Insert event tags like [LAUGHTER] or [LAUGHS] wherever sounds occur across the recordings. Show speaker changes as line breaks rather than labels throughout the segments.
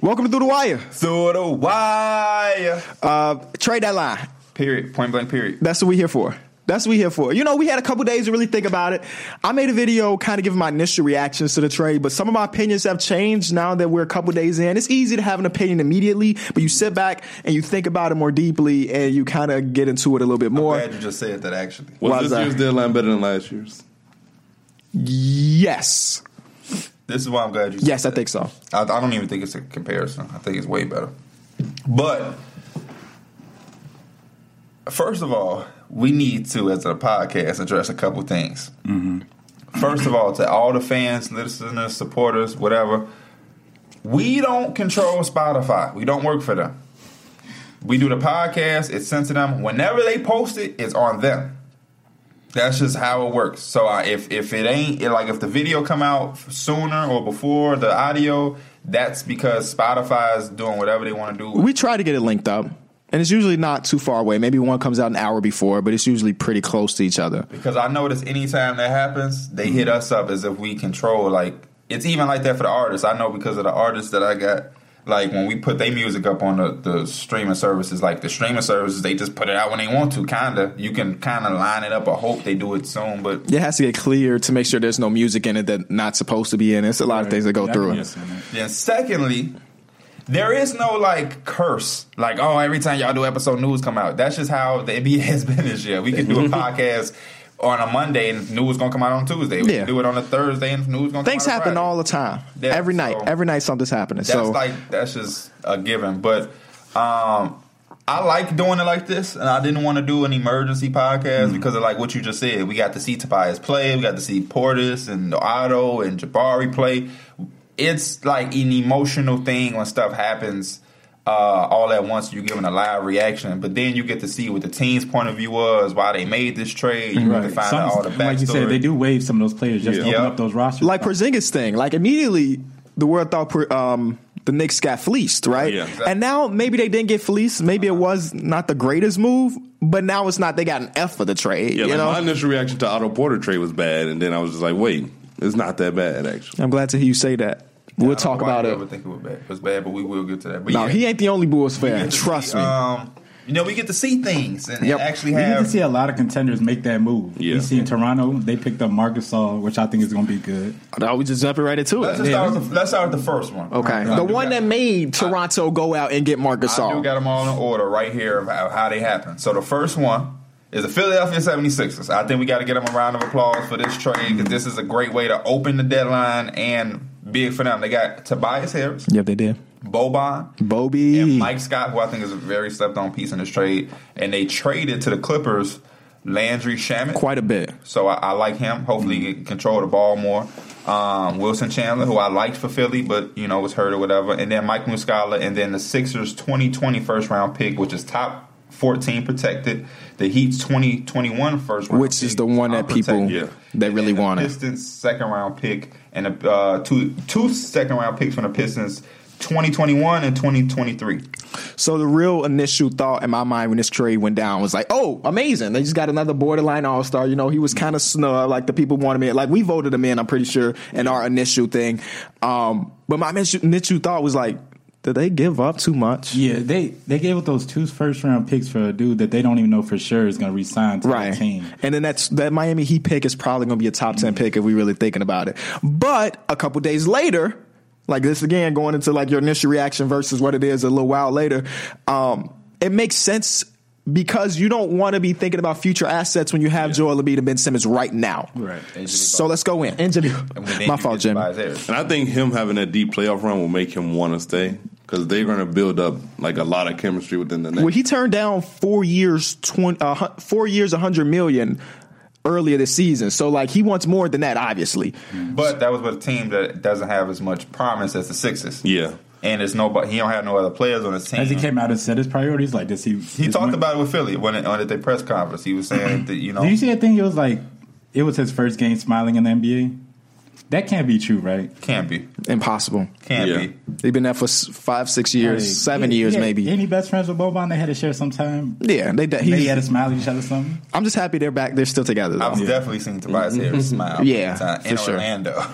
Welcome to Through the Wire.
Through the wire.
Uh, trade that line.
Period. Point blank. Period.
That's what we here for. That's what we here for. You know, we had a couple days to really think about it. I made a video kind of giving my initial reactions to the trade, but some of my opinions have changed now that we're a couple days in. It's easy to have an opinion immediately, but you sit back and you think about it more deeply and you kind of get into it a little bit more.
Glad you just said that. Actually,
Was
Why is
this
that?
year's deadline better than last year's?
Yes.
this is why I'm glad you.
Yes, I
said
think so.
that. I, I don't even think it's a comparison. I think it's way better. But first of all, we need to, as a podcast, address a couple things. First of all, to all the fans, listeners, supporters, whatever, we don't control Spotify. We don't work for them. We do the podcast. It's sent to them. Whenever they post it, it's on them. That's just how it works. So I, if if it ain't it, like if the video come out sooner or before the audio, that's because Spotify is doing whatever they want to do.
We try to get it linked up, and it's usually not too far away. Maybe one comes out an hour before, but it's usually pretty close to each other.
Because I notice anytime that happens, they hit
Mm-hmm.
us up as if we control. Like it's even like that for the artists. I know because of the artists that I got. Like when we put their music up on the, the streaming services, like the streaming services, they just put it out when they want to. Kinda, you can kind of line it up or hope they do it soon. But
It has to get cleared to make sure there's no music in it that not supposed to be in. it. It's a lot of things that go through it.
then secondly, there is no like curse. Like oh, every time y'all do episode news come out, that's just how the [LAUGHS] NBA has been this year. We can
[LAUGHS]
do a podcast on a Monday and news gonna come out on Tuesday. We
Yeah.
can do it on a Thursday and news gonna
Things
come out
happen
on Friday.
all the time.
Yeah,
every night,
so-
every night something's happening.
That's
so
like that's just a given. But um, I like doing it like this, and I didn't want to do an emergency podcast
Mm-hmm.
because of like what you just said. We got to see Tobias play, we got to see Portis and Otto and Jabari play. It's like an emotional thing when stuff happens. Uh, all at once, you're giving a live reaction, but then you get to see what the team's point of view was, why they made this trade. You get to find
Some-
out all the backstory.
like you said, they do waive some of those players just to
Yeah.
open up those rosters.
like Porzingis thing. Like immediately, the world thought Per- um, the Knicks got fleeced, right?
Yeah.
And now maybe they didn't get fleeced. Maybe it was not the greatest move, but now it's not. They got an F for the trade.
Yeah,
you
like
know.
my initial reaction to Otto Porter trade was bad, and then I was just like, wait, it's not that bad actually.
I'm glad to hear you say that. We'll
I don't
talk
know why
about
you
it.
ever think it was bad. It was bad, but we will get to that. But
No,
yeah.
he ain't the only Bulls fan.
get to
Trust
see,
me.
Um, you know, we get to see things and
Yep.
actually
we need to
have.
see a lot of contenders make that move.
Yeah.
We see in Toronto they picked up Marcus Gasol, which I think is going to be good.
No, we just jumping right into
Let's,
it.
just
Yeah,
start with the, let's start with the first one.
Okay. The one that made Toronto go out and get Marc
I do
Gasol.
got them all in order right here of how, how they happen. So the first one is the Philadelphia 76ers. I think we got to get them a round of applause for this trade because this is a great way to open the deadline and big for them. They got Tobias Harris,
Yep, they did.
Boban,
Bobby.
and Mike Scott, who I think is a very slept on piece in this trade, and they traded to the Clippers Landry Shamit.
Quite a bit.
So I, I like him. Hopefully, he can control the ball more. Um, Wilson Chandler, who I liked for Philly, but you know was hurt or whatever, and then Mike Muscala, and then the Sixers' 2020 first round pick, which is top 14 protected. The Heat's 2021 first round,
Which is
pick,
the one that people
unprotected.
Yeah.
that really
And the
wanted.
Pistons second round pick and a, uh, two two second round picks from the Pistons, 2021 and 2023.
So the real initial thought in my mind when this trade went down was like, oh, amazing. They just got another borderline all star. You know, he was kind of snub. Like the people wanted him in. Like we voted him in, I'm pretty sure, in our initial thing. Um, but my initial, initial thought was like, did they give up too much?
Yeah, they they gave up those two first round picks for a dude that they don't even know for sure is going to resign to
Right.
the team.
And then that's that Miami Heat pick is probably going to be a top 10 pick if we really thinking about it. But a couple days later, like this again going into like your initial reaction versus what it is a little while later, um it makes sense because you don't want to be thinking about future assets when you have Joel Embiid and Ben Simmons right now.
Right. And Jimmy
So let's go in. And Jimmy-
And then
my
you
fault,
get
Jimmy.
Tobias Harris.
And I think him having that deep playoff run will make him want to stay because they're going to build up like a lot of chemistry within the next.
Well, he turned down four years, 20, uh, hu- four years, 100 million earlier this season. So like he wants more than that, obviously.
But that was with a team that doesn't have as much promise as the Sixers.
yeah,
and it's nobody. He don't have no other players on his team.
As he came out and set his priorities, like this, he
He talked about it with Philly when it, on at their press conference. He was saying that you know
Did you see that thing? It was like it was his first game smiling in the NBA. That can't be true, right?
can't be,
Impossible.
can't
Yeah.
be.
They've been there for s- five, six years,
Like,
seven
he-
years,
he had-
maybe.
Any best friends with Boban? They had to share some time.
yeah, they. de-
Maybe
He,
had to smile at each other. Something.
I'm just happy they're back. They're still together. Though.
I've definitely seen Tobias Harris smile.
Mm-hmm. Yeah,
in
for sure. [LAUGHS]
Orlando.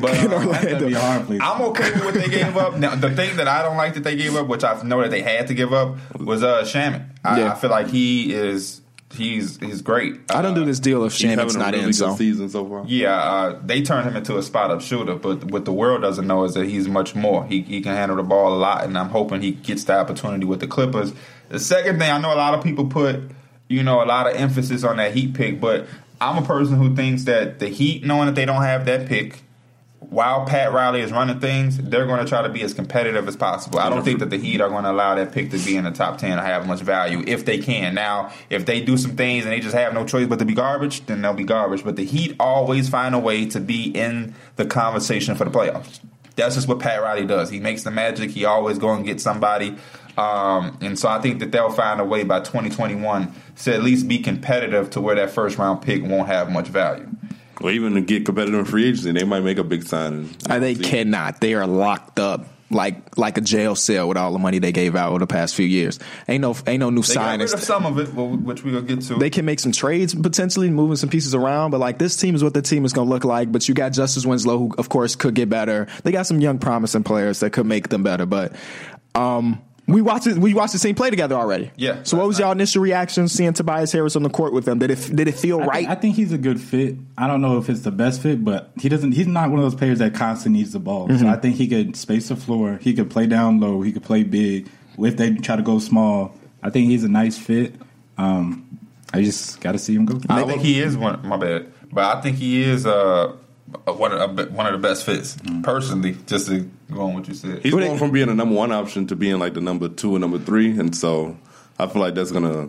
But
In
uh,
Orlando.
That'd be a hard place.
I'm okay with what they gave up. Now, the thing that I don't like that they gave up, which I know that they had to give up, was uh Shaman. I,
Yeah.
I feel like he is he's he's great.
I don't do this deal if
He's
Shaman's
having a
not
really
in.
good
So
season so far.
Yeah, uh, they turned him into a spot up shooter, but what the world doesn't know is that he's much more. He, he can handle the ball a lot, and I'm hoping he gets the opportunity with the Clippers. The second thing, I know a lot of people put, you know, a lot of emphasis on that Heat pick, but I'm a person who thinks that the Heat, knowing that they don't have that pick, while Pat Riley is running things, they're going to try to be as competitive as possible. I don't think that the Heat are going to allow that pick to be in the top 10 or have much value if they can. Now, if they do some things and they just have no choice but to be garbage, then they'll be garbage. But the Heat always find a way to be in the conversation for the playoffs. That's just what Pat Riley does. He makes the magic. He always go and get somebody. Um, and so I think that they'll find a way by 2021 to at least be competitive to where that first round pick won't have much value.
Or even to get competitive in free agency, they might make a big signing.
Uh, they cannot. They are locked up like like a jail cell with all the money they gave out over the past few years. Ain't no ain't no new
They got rid
signings.
of some of it, well, which we'll get to.
they can make some trades potentially, moving some pieces around. But like this team is what the team is going to look like. But you got Justice Winslow, who of course could get better. They got some young promising players that could make them better. But um, we watched it, we watched the team play together already.
Yeah.
So what was y'all initial reaction seeing Tobias Harris on the court with them? Did it did it feel
I
right?
think- I think he's a good fit. I don't know if it's the best fit, but he doesn't. He's not one of those players that constantly needs the ball.
Mm-hmm.
So I think he could space the floor. He could play down low. He could play big. If they try to go small, I think he's a nice fit. Um, I just got to see him go.
I think he is one. My bad, but I think he is uh one of one of the best fits
Mm-hmm.
personally. Just to go on what you said,
He's
Who they-
going from being a number one option to being like the number two and number three, and so I feel like that's gonna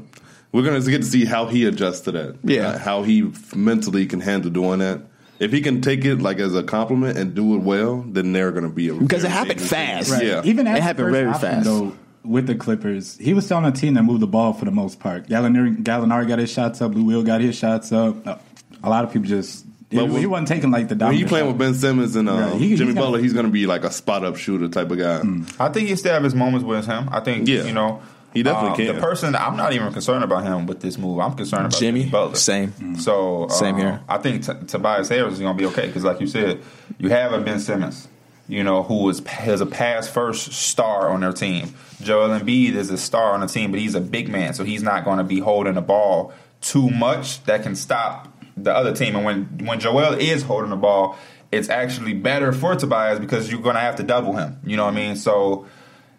we're gonna get to see how he adjusts to that.
Yeah.
Uh, how he f- mentally can handle doing that. If he can take it like as a compliment and do it well, then they're gonna be a
Because it happened fast.
Right.
Yeah,
Even after
It happened
the first
very fast.
option, Though, with the Clippers, he was still on a team that moved the ball for the most part. Gallinari, Gallinari got his shots up. Lou Will got his shots up. Uh, A lot of people just he,
But when-
he wasn't taking like the
when
dominant.
you playing
shot.
with Ben Simmons and uh,
Right. He- he's
Jimmy
gonna-
Butler, he's gonna be like a spot up shooter type of guy.
Mm.
I think he still have his moments with him. I think
Yeah.
you know um,
He definitely can.
The person I'm not even concerned about him with this move. I'm concerned about
Jimmy,
Jimmy Butler.
same.
So uh,
Same here.
I think T- Tobias Harris is going to be okay because, like you said, you have a Ben Simmons. You know who is has a pass first star on their team. Joel Embiid is a star on the team, but he's a big man, so he's not going to be holding the ball too much. That can stop the other team. And when when Joel is holding the ball, it's actually better for Tobias because you're going to have to double him. You know what I mean? So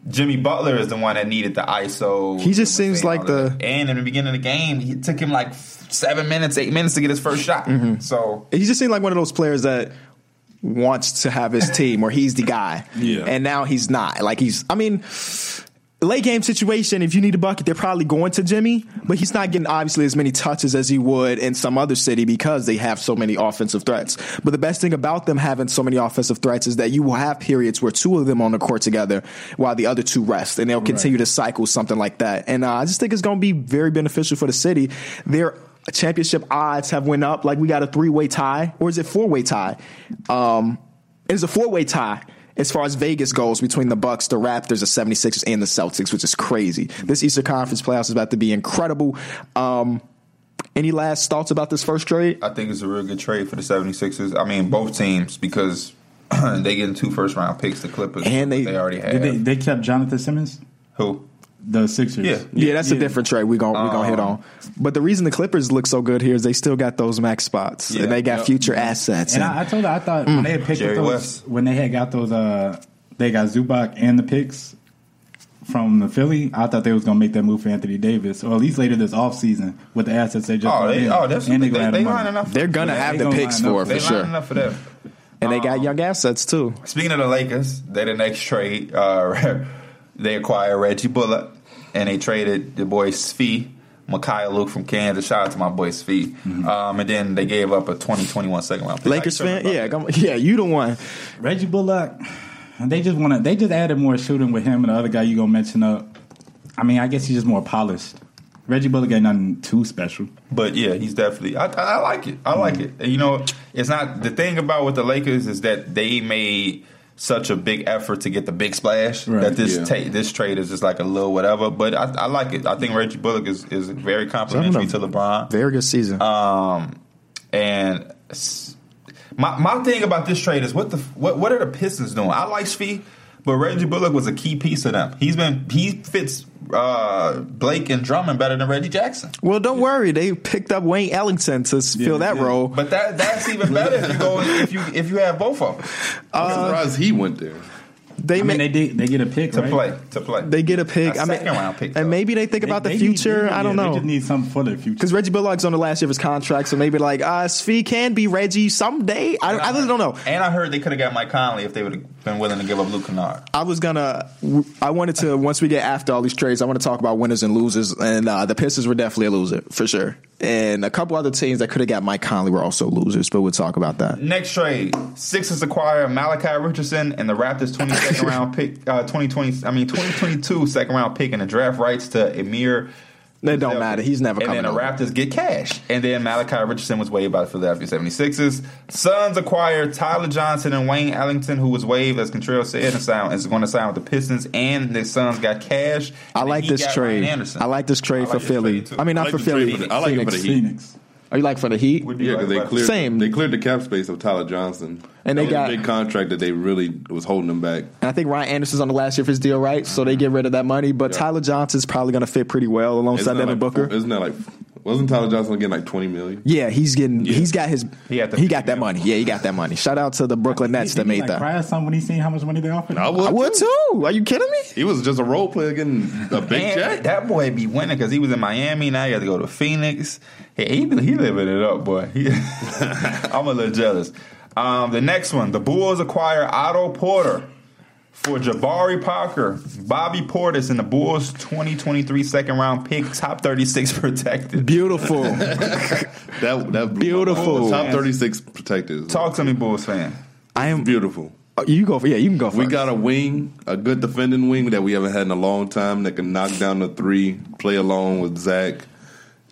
Jimmy Butler is the one that needed the ISO.
He just seems like the-
and in the beginning of the game, it took him like seven minutes, eight minutes to get his first shot.
Mm-hmm.
So
He just seemed like one of those players that wants to have his team or he's the guy.
Yeah.
And now he's not. Like he's I mean late game situation if you need a bucket they're probably going to Jimmy, but he's not getting obviously as many touches as he would in some other city because they have so many offensive threats. But the best thing about them having so many offensive threats is that you will have periods where two of them on the court together while the other two rest and they'll continue to cycle something like that. And uh, I just think it's going to be very beneficial for the city. They're championship odds have went up. Like we got a three way tie, or is it four way tie? Um, it's a four way tie as far as Vegas goes between the Bucks, the Raptors, the 76ers, and the Celtics, which is crazy. This Eastern Conference playoffs is about to be incredible. Um, any last thoughts about this first trade?
I think it's a real good trade for the 76ers. I mean, both teams because [CLEARS THROAT] they getting two first round picks, the Clippers,
And they-
they already have
Did they, they kept Jonathan Simmons,
who.
the Sixers.
Yeah.
Yeah, that's a different trade we're going we gonna hit on. But the reason the Clippers look so good here is they still got those max spots
Yeah,
and they got
yep.
future assets.
And
and-
I, I told her I thought when they had picked up
Jerry
those
West.
when they had got those uh they got Zubac and the picks from the Philly, I thought they was gonna make that move for Anthony Davis, or at least later this offseason with the assets they just
Oh,
brought
they,
in.
oh, that's
and
they,
gonna
they,
add
they
money.
lining up. For,
they're gonna
Yeah, they
have the
gonna
picks
line up.
for it
they
for
lining
sure,
up for that.
and they got young assets too.
Speaking of the Lakers, they the next trade. Uh, [LAUGHS] they acquired Reggie Bullock and they traded the boy Svi, Makai Luke from Kansas. Shout out to my boy Svi. Um, and then they gave up a 2021 second round. pick.
Lakers
How you
fan,
feeling
yeah, come,
about
yeah, you the one.
Reggie Bullock, they just want to. They just added more shooting with him and the other guy you gonna mention up. I mean, I guess he's just more polished. Reggie Bullock ain't nothing too special.
that? But yeah, he's definitely. I, I I like it. I like it. And, You know, it's not the thing about with the Lakers is that they made such a big effort to get the big splash
Right,
that this
yeah.
ta- this trade is just like a little whatever. But I, I like it. I think Reggie Bullock is is very complimentary to LeBron.
Very good season.
Um, and s- My my thing about this trade is what the what what are the Pistons doing? I like Svi, but Reggie Bullock was a key piece of them. He's been he fits uh, Blake and Drummond better than Reggie Jackson.
Well, don't worry. They picked up Wayne Ellington to s- fill that
yeah.
role.
But that that's even better if you go if you if you have both of them
Uh,
I'm surprised he went there.
They
I mean,
may,
they did, they get a pick
to
right?
play to play.
they get a pick.
A
I mean,
second round pick, though.
and maybe they think
They-
about
they
the
need-
future.
they-
I don't
yeah,
know.
They just need something for their future.
Because Reggie Bullock's on the last year of his contract, so maybe like uh Svi can be Reggie someday. I, I really don't know.
And I heard they could have got Mike Conley if they would have been willing to give up Luke Kennard.
I was gonna. I wanted to. Once we get after all these trades, I want to talk about winners and losers. And uh, the Pistons were definitely a loser for sure. And a couple other teams that could have got Mike Conley were also losers, but we'll talk about that.
Next trade: Sixers acquire Malachi Richardson and the Raptors' twenty-second round pick, uh, twenty twenty, I mean twenty twenty-two second round pick, and the draft rights to Emir.
It don't matter. He's never
and
coming.
then the
over.
Raptors get cash. And then Malachi Richardson was waived by the Philadelphia 76ers. Suns acquire Tyler Johnson and Wayne Ellington, who was waived, as Contreras said, and sign, is going to sign with the Pistons. And the Suns got cash.
I
And
like
he
this
got
trade.
Ryan Anderson.
I like this trade
like
for
this
Philly.
trade, too.
I mean, not
I like
for
the
Philly.
trade for the- I like it for the
Phoenix.
Heat.
Phoenix.
Are you like for the Heat?
Would you
Yeah,
like
because they
that?
cleared
Same.
they cleared the cap space of Tyler Johnson,
And they
That was
got-
a big contract that they really was holding him back.
And I think Ryan Anderson's on the last year of his deal, right? So they get rid of that money. But
Yeah.
Tyler Johnson's probably going to fit pretty well alongside Devin
like,
Booker.
Isn't that like wasn't Tyler Johnson getting like twenty million?
yeah, he's getting.
Yeah.
He's got his.
He got the
he got that
$50
money. Yeah, he got that money. Shout out to the Brooklyn Nets that
Didn't he,
made
like,
that.
Cry or something when he seen how much money they offered. him?
I would too. Are you kidding me?
He was just a role player getting a big
And
check.
that boy be winning because he was in Miami. Now he got to go to Phoenix. He, he, he living it up, boy. He- [LAUGHS] I'm a little jealous. Um, the next one, the Bulls acquire Otto Porter for Jabari Parker, Bobby Portis, and the Bulls 2023 second round pick, top 36 [LAUGHS] protected.
Beautiful.
That that blew my mind.
Beautiful.
top thirty six protectors.
Talk to me, Bulls fan.
[LAUGHS] I am.
Beautiful.
Oh, You go for yeah. You can go for.
We got a wing, a good defending wing that we haven't had in a long time that can knock down the three, play along with Zach.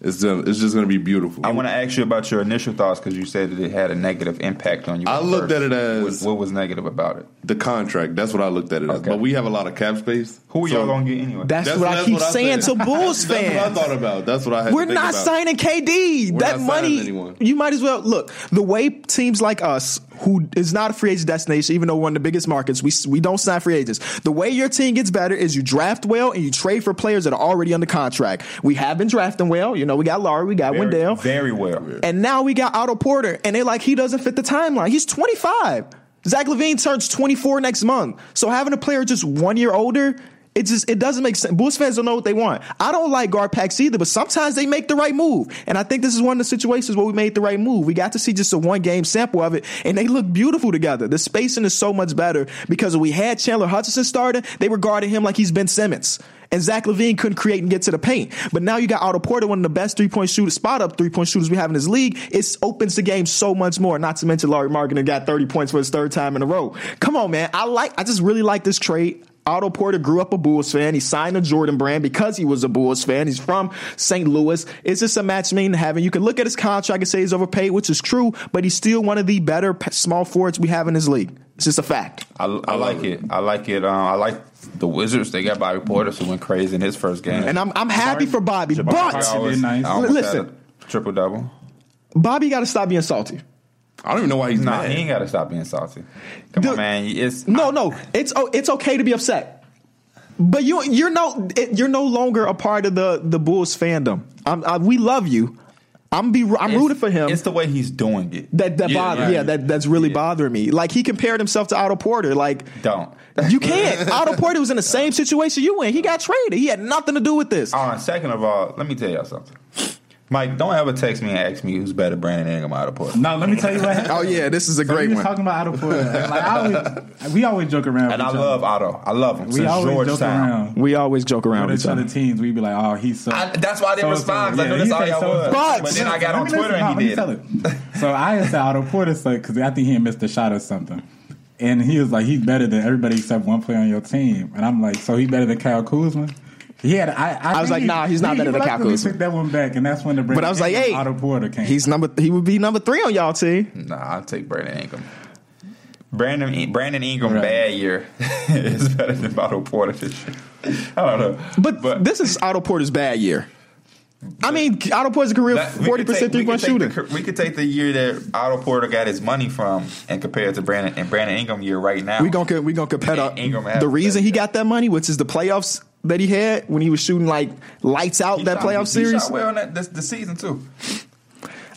It's um, it's just gonna be beautiful.
I want to ask you about your initial thoughts because you said that it had a negative impact on you.
I
at
looked
first.
at it as-
What- what was negative about it?
the contract. That's what I looked at it as.
Okay.
But we have a lot of cap space.
Who are
So
y'all gonna get anyway?
That's,
that's-
what I
that's
keep
what I
saying
said.
to Bulls
[LAUGHS] That's what I
fans.
thought about. That's what I had.
We're
to think
not
about.
signing KD.
We're
that
not signing
money,
anyone.
you might as well look. The way teams like us, who is not a free agent destination, even though we're one of the biggest markets, we we don't sign free agents. The way your team gets better is you draft well and you trade for players that are already under contract. We have been drafting well. You know, we got Laurie, we got
very,
Wendell,
very well.
and now we got Otto Porter, and they like he doesn't fit the timeline. He's 25. Zach Levine turns 24 next month. So having a player just one year older, it just it doesn't make sense. Bulls fans don't know what they want. I don't like guard packs either, but sometimes they make the right move. And I think this is one of the situations where we made the right move. We got to see just a one game sample of it, and they look beautiful together. The spacing is so much better because we had Chandler Hutchinson starting, they regarded him like he's Ben Simmons. And Zach Levine couldn't create and get to the paint. But now you got Otto Porter, one of the best three point shooters, spot up three point shooters we have in this league. It opens the game so much more. Not to mention Larry Markin got 30 points for his third time in a row. Come on, man. I like I just really like this trade. Otto Porter grew up a Bulls fan. He signed a Jordan brand because he was a Bulls fan. He's from St. Louis. It's just a match made in heaven. You can look at his contract and say he's overpaid, which is true, but he's still one of the better p- small forwards we have in this league. It's just a fact.
I, I like it. I like it. Um, I like the Wizards. They got Bobby Portis who went crazy in his first game.
And I'm I'm happy for Bobby, but
I always-
Did nice.
I almost
Listen.
had a Triple double.
Bobby got to stop being salty.
I don't even know why he's
Nah,
mad.
he ain't got to stop being salty. Come
Dude.
on, man. It's
No, no, it's oh, it's okay to be upset, but you you're no it- you're no longer a part of the the Bulls fandom. I'm, I, we love you. I'm be I'm
it's-
rooting for him.
It's the way he's doing it.
that that
Yeah,
bother,
right.
yeah, that that's really
Yeah.
bothering me. Like he compared himself to Otto Porter. Like
Don't.
you [LAUGHS] can't. Otto Porter was in the same situation you in. He got traded. He had nothing to do with this.
All right. Second of all, let me tell y'all something. Mike, don't ever text me and ask me who's better, Brandon Ingram or Otto Porter.
No, let me tell you
[LAUGHS]
what happened.
Oh yeah, this is a
So you was talking about Otto Porter. Like, I
[LAUGHS]
always, we always joke around.
And
with
I
each other.
love Otto. I love him.
We
Since
always joke
Georgetown.
around
We always joke around
with
with
each
each
other teams. We be like, "Oh, he's so."
I, that's why I didn't
so-
respond. 'cause
yeah,
I know
he
that's all
said
y'all
so-
was.
But-
But then I got on
Let me
Twitter
listen-
and
no,
he did.
let
it.
[LAUGHS]
me tell it. So I asked Otto Porter because I think he had missed a shot or something. And he was like, he's better than everybody except one player on your team. And I'm like, so he's better than Kyle Kuzma? He had, I, I,
was
think
like,
he-
nah, he's not
he
better than Kyle
reluctantly
Kuzma.
took that one back, and that's when the
But I was like, hey,
Otto Porter came.
He's number. He would be number three on y'all team.
Nah, I'll take Brandon Ingram. Brandon E, Brandon Ingram
Right.
bad year [LAUGHS] is better than Otto Porter this year. I don't know,
But, this is Otto Porter's bad year. I mean, Otto Porter's career
That- we could
forty percent
take- we
three
could
point
take the
shooting.
cur- we could take the year that Otto Porter got his money from and compare it to Brandon and Brandon Ingram year right now.
We gonna we gonna compare the-
Ingram had
the reason he
that, yeah.
got that money, which is the playoffs that he had when he was shooting like lights out
He
that
shot-
playoff
he shot
series.
well in that this, the season too.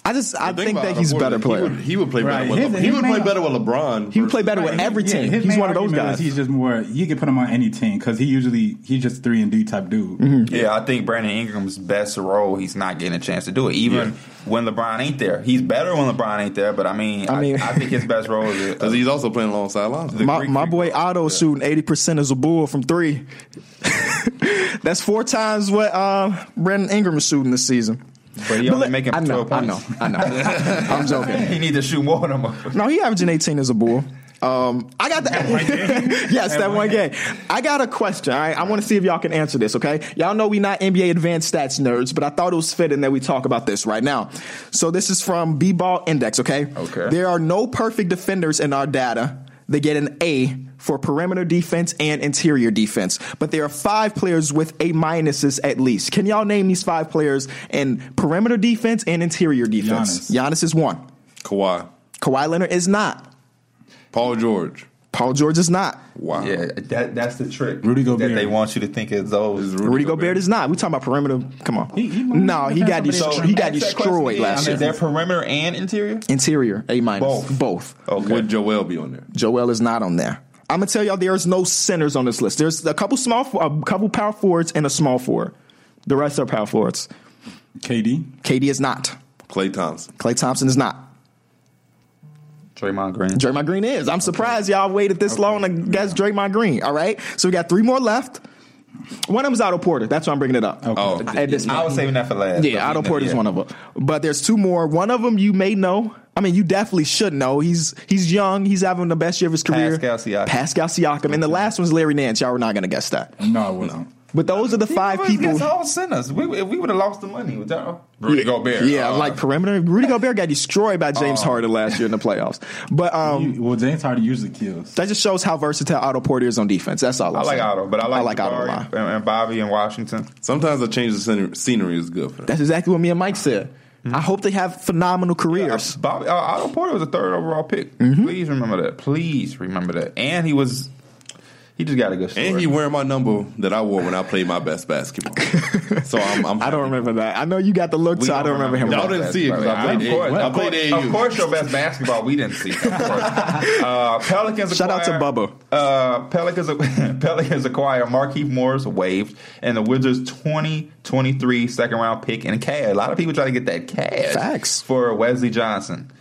I just I think
about
that
it,
he's a
Porter,
better player.
He would, he would play
Right.
better. With
His-
Le- he
his
would play
main-
better with LeBron.
He would play
versus-
better with every
Yeah,
team.
his
He's
main
one of those
argument is
guys.
He's just more. You can put him on any team because he usually he's just three and D type dude.
Mm-hmm.
Yeah, I think Brandon Ingram's best role, he's not getting a chance to do it. Even
Yeah.
when LeBron ain't there, he's better when LeBron ain't there. But I mean,
I
I,
mean-
I think his best
[LAUGHS]
role is
Because he's also playing alongside Lonzo.
my,
Greek
my
freak.
boy Otto shooting eighty percent as a bull from three. [LAUGHS] That's four times what um, Brandon Ingram is shooting this season.
but he only
let-
making
I know,
12
I know,
points.
I know. I'm
[LAUGHS]
joking.
He need to shoot more than him.
No, he averaging 18 as a bull. Um, I got that. [LAUGHS] yes, that one game. I got a question. All right, I want to see if y'all can answer this. Okay, y'all know we not NBA advanced stats nerds, but I thought it was fitting that we talk about this right now. So this is from B Ball Index. Okay.
Okay.
There are no perfect defenders in our data. They get an A for perimeter defense and interior defense, but there are five players with A minuses at least. Can y'all name these five players in perimeter defense and interior defense? Giannis, is one.
Kawhi.
Kawhi Leonard is not.
Paul George.
Paul George is not.
Wow.
Yeah, that, that's the trick.
Rudy
that
Gobert.
they want you to think is those.
Is
Rudy Gobert, is not. We talking about perimeter. Come on.
He- he might
no, he got
defend
destroyed.
somebody.
he got
Ask that
destroyed
question
last
again.
year.
Is there perimeter and interior?
Interior, A minus.
Both. Oh. Okay.
Would Joel be on there?
Joel is not on there. I'm gonna tell y'all there's no centers on this list. There's a couple small, a couple power forwards and a small forward. The rest are power forwards.
KD,
KD is not.
Clay Thompson.
Clay Thompson is not.
Draymond Green.
Draymond Green is. I'm surprised y'all waited this long to guess Draymond Green. All right, so we got three more left. One of them is Otto Porter. That's why I'm bringing it up.
Oh,
At this
I was saving that for last.
Yeah, Otto Porter is
Yeah.
one of them. But there's two more. One of them you may know. I mean, you definitely should know. He's he's young. He's having the best year of his career.
Pascal Siakam.
Pascal Siakam. And the last one's Larry Nance. Y'all were not going to guess that.
no, I wasn't.
But those are the five people.
That's all sinners. We, if we would have lost the money with y'all. Rudy Gobert. Uh-huh.
Yeah,
Uh,
like perimeter. Rudy Gobert got destroyed by James Harden last year in the playoffs. But um,
You- well, James Harden usually kills.
that just shows how versatile Otto Porter is on defense. That's all.
I
I'm
like
saying.
Otto, but I like,
I like Otto a
Jabari
lot.
and, and Bobby and Washington. Uh,
Sometimes a change of scenery, scenery is good for them.
That's exactly what me and Mike said.
Hmm.
I hope they have phenomenal careers.
Bobby, uh, Otto Porter was a third overall pick.
Mm-hmm.
Please remember that. Please remember that. And he was, he just got a good story.
And he wearing my number that I wore when I played my
[LAUGHS]
best basketball. so I'm, I'm
I don't remember that. I know you got the look,
We
so I don't remember him.
Y'all
like
didn't
that.
see it 'cause I played
of course,
AAU. I
of course-
played
Of
AAU.
course, your best basketball we didn't see. Of course. [LAUGHS] uh, Pelicans
Shout out to
acquire-
Bubba.
Uh, Pelicans [LAUGHS] Pelicans acquire Marquise Morris waived and the Wizards 2023 second round pick in cash. A lot of people try to get that cash
Facts.
for Wesley Johnson.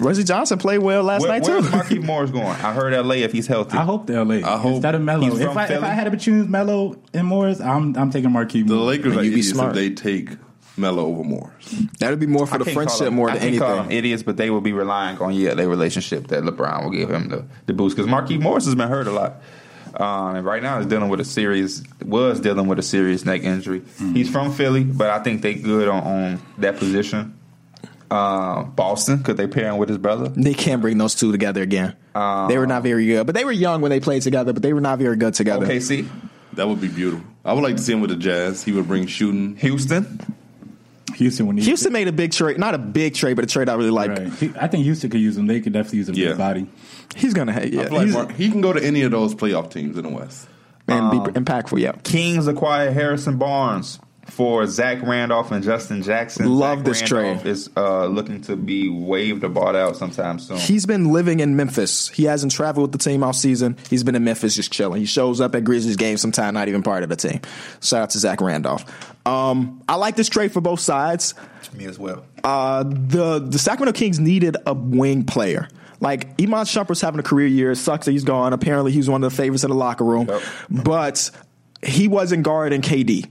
Reggie Johnson played well last
Where,
night
where's
too.
Marquise Morris going? I heard LA if he's healthy.
I hope the LA
I hope
instead of Melo.
he's
If
from
I, if
Philly.
I had to choose Melo and Morris, I'm I'm taking Marquise.
The
Morris.
Lakers are
You be
idiots
smart.
if they take Melo over Morris.
That'd be more for the
can't call
friendship
them-
more
I
than
can't Call them
anything.
idiots, but they will be relying on yeah their relationship that LeBron will give him the, the boost because Marquise Morris has been hurt a lot, um, and right now is dealing with a serious was dealing with a serious neck injury.
Mm.
He's from Philly, but I think they good on, on that position. Uh, Boston, could they pair him with his brother?
They can't bring those two together again. they were not very good, but they were young when they played together. But they were not very good together.
OKC,
That would be beautiful. I would like to see him with the Jazz. He would bring shooting.
Houston.
Houston would need
Houston made a big trade, not a big trade, but a trade I really like.
Right. He- I think Houston could use him. They could definitely use him for
Yeah.
his body.
He's gonna hate. Yeah,
I feel like
he's
Mar- he can go to any of those playoff teams in the West.
and be impactful. Yeah,
Kings acquire Harrison Barnes for Zach Randolph and Justin Jackson.
Love
Zach
this trade.
Randolph Is uh, looking to be waived or bought out sometime soon.
he's been living in Memphis. He hasn't traveled with the team all season. He's been in Memphis just chilling. He shows up at Grizzlies games sometime, not even part of the team. Shout out to Zach Randolph. Um, I like this trade for both sides.
Me as well.
Uh, the the Sacramento Kings needed a wing player. Like Iman Shumpert's having a career year. It sucks that he's gone. Apparently, he's one of the favorites in the locker room,
Yep.
but he wasn't guarding KD.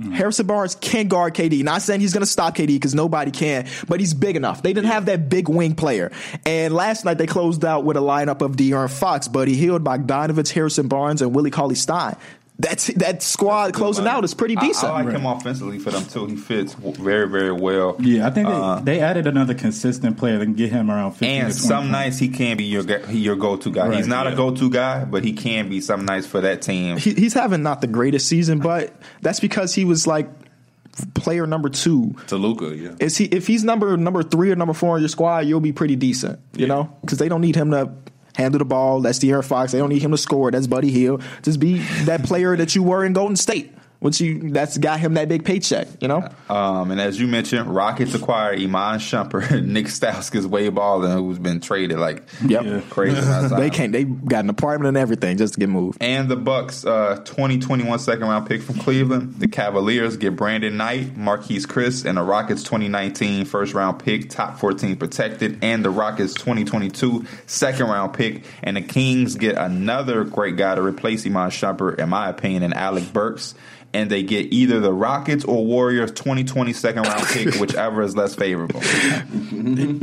Mm.
Harrison Barnes can guard KD. Not saying he's going to stop KD because nobody can, but he's big enough. They didn't have that big wing player. And last night they closed out with a lineup of De'Aaron Fox, Buddy Hield, Bogdanovich, Harrison Barnes, and Willie Cauley Stein. that's that squad closing out is pretty decent.
I, I like him offensively for them too. He fits w- very, very well.
Yeah, I think they,
Uh,
they added another consistent player that can get him around 15
and
to 20
some
points.
nights he can be your gu- he- your go to guy.
Right,
He's not
yeah.
a go to guy, but he can be some nights for that team.
he, he's having not the greatest season, but that's because he was like player number two.
to Luca, yeah.
Is he if he's number number three or number four in your squad, you'll be pretty decent, you
Yeah.
know, because they don't need him to handle the ball. That's De'Aaron Fox. They don't need him to score. That's Buddy Hill. Just be that player that you were in Golden State, which you that's got him that big paycheck, you know.
Um, and as you mentioned, Rockets acquired Iman Shumpert, [LAUGHS] Nick Stauskas, Wade Ballin, who's been traded like
Yep.
Yeah. [LAUGHS]
crazy.
They can't. They got an apartment and everything just to get moved.
And the Bucks, uh, 2021 second round pick from Cleveland. The Cavaliers get Brandon Knight, Marquise Chris, and the Rockets 2019 first round pick, top 14 protected, and the Rockets 2022 second round pick. And the Kings get another great guy to replace Iman Shumpert, in my opinion, and Alec Burks. And they get either the Rockets or Warriors 2020 second
[LAUGHS]
round pick, whichever is less favorable.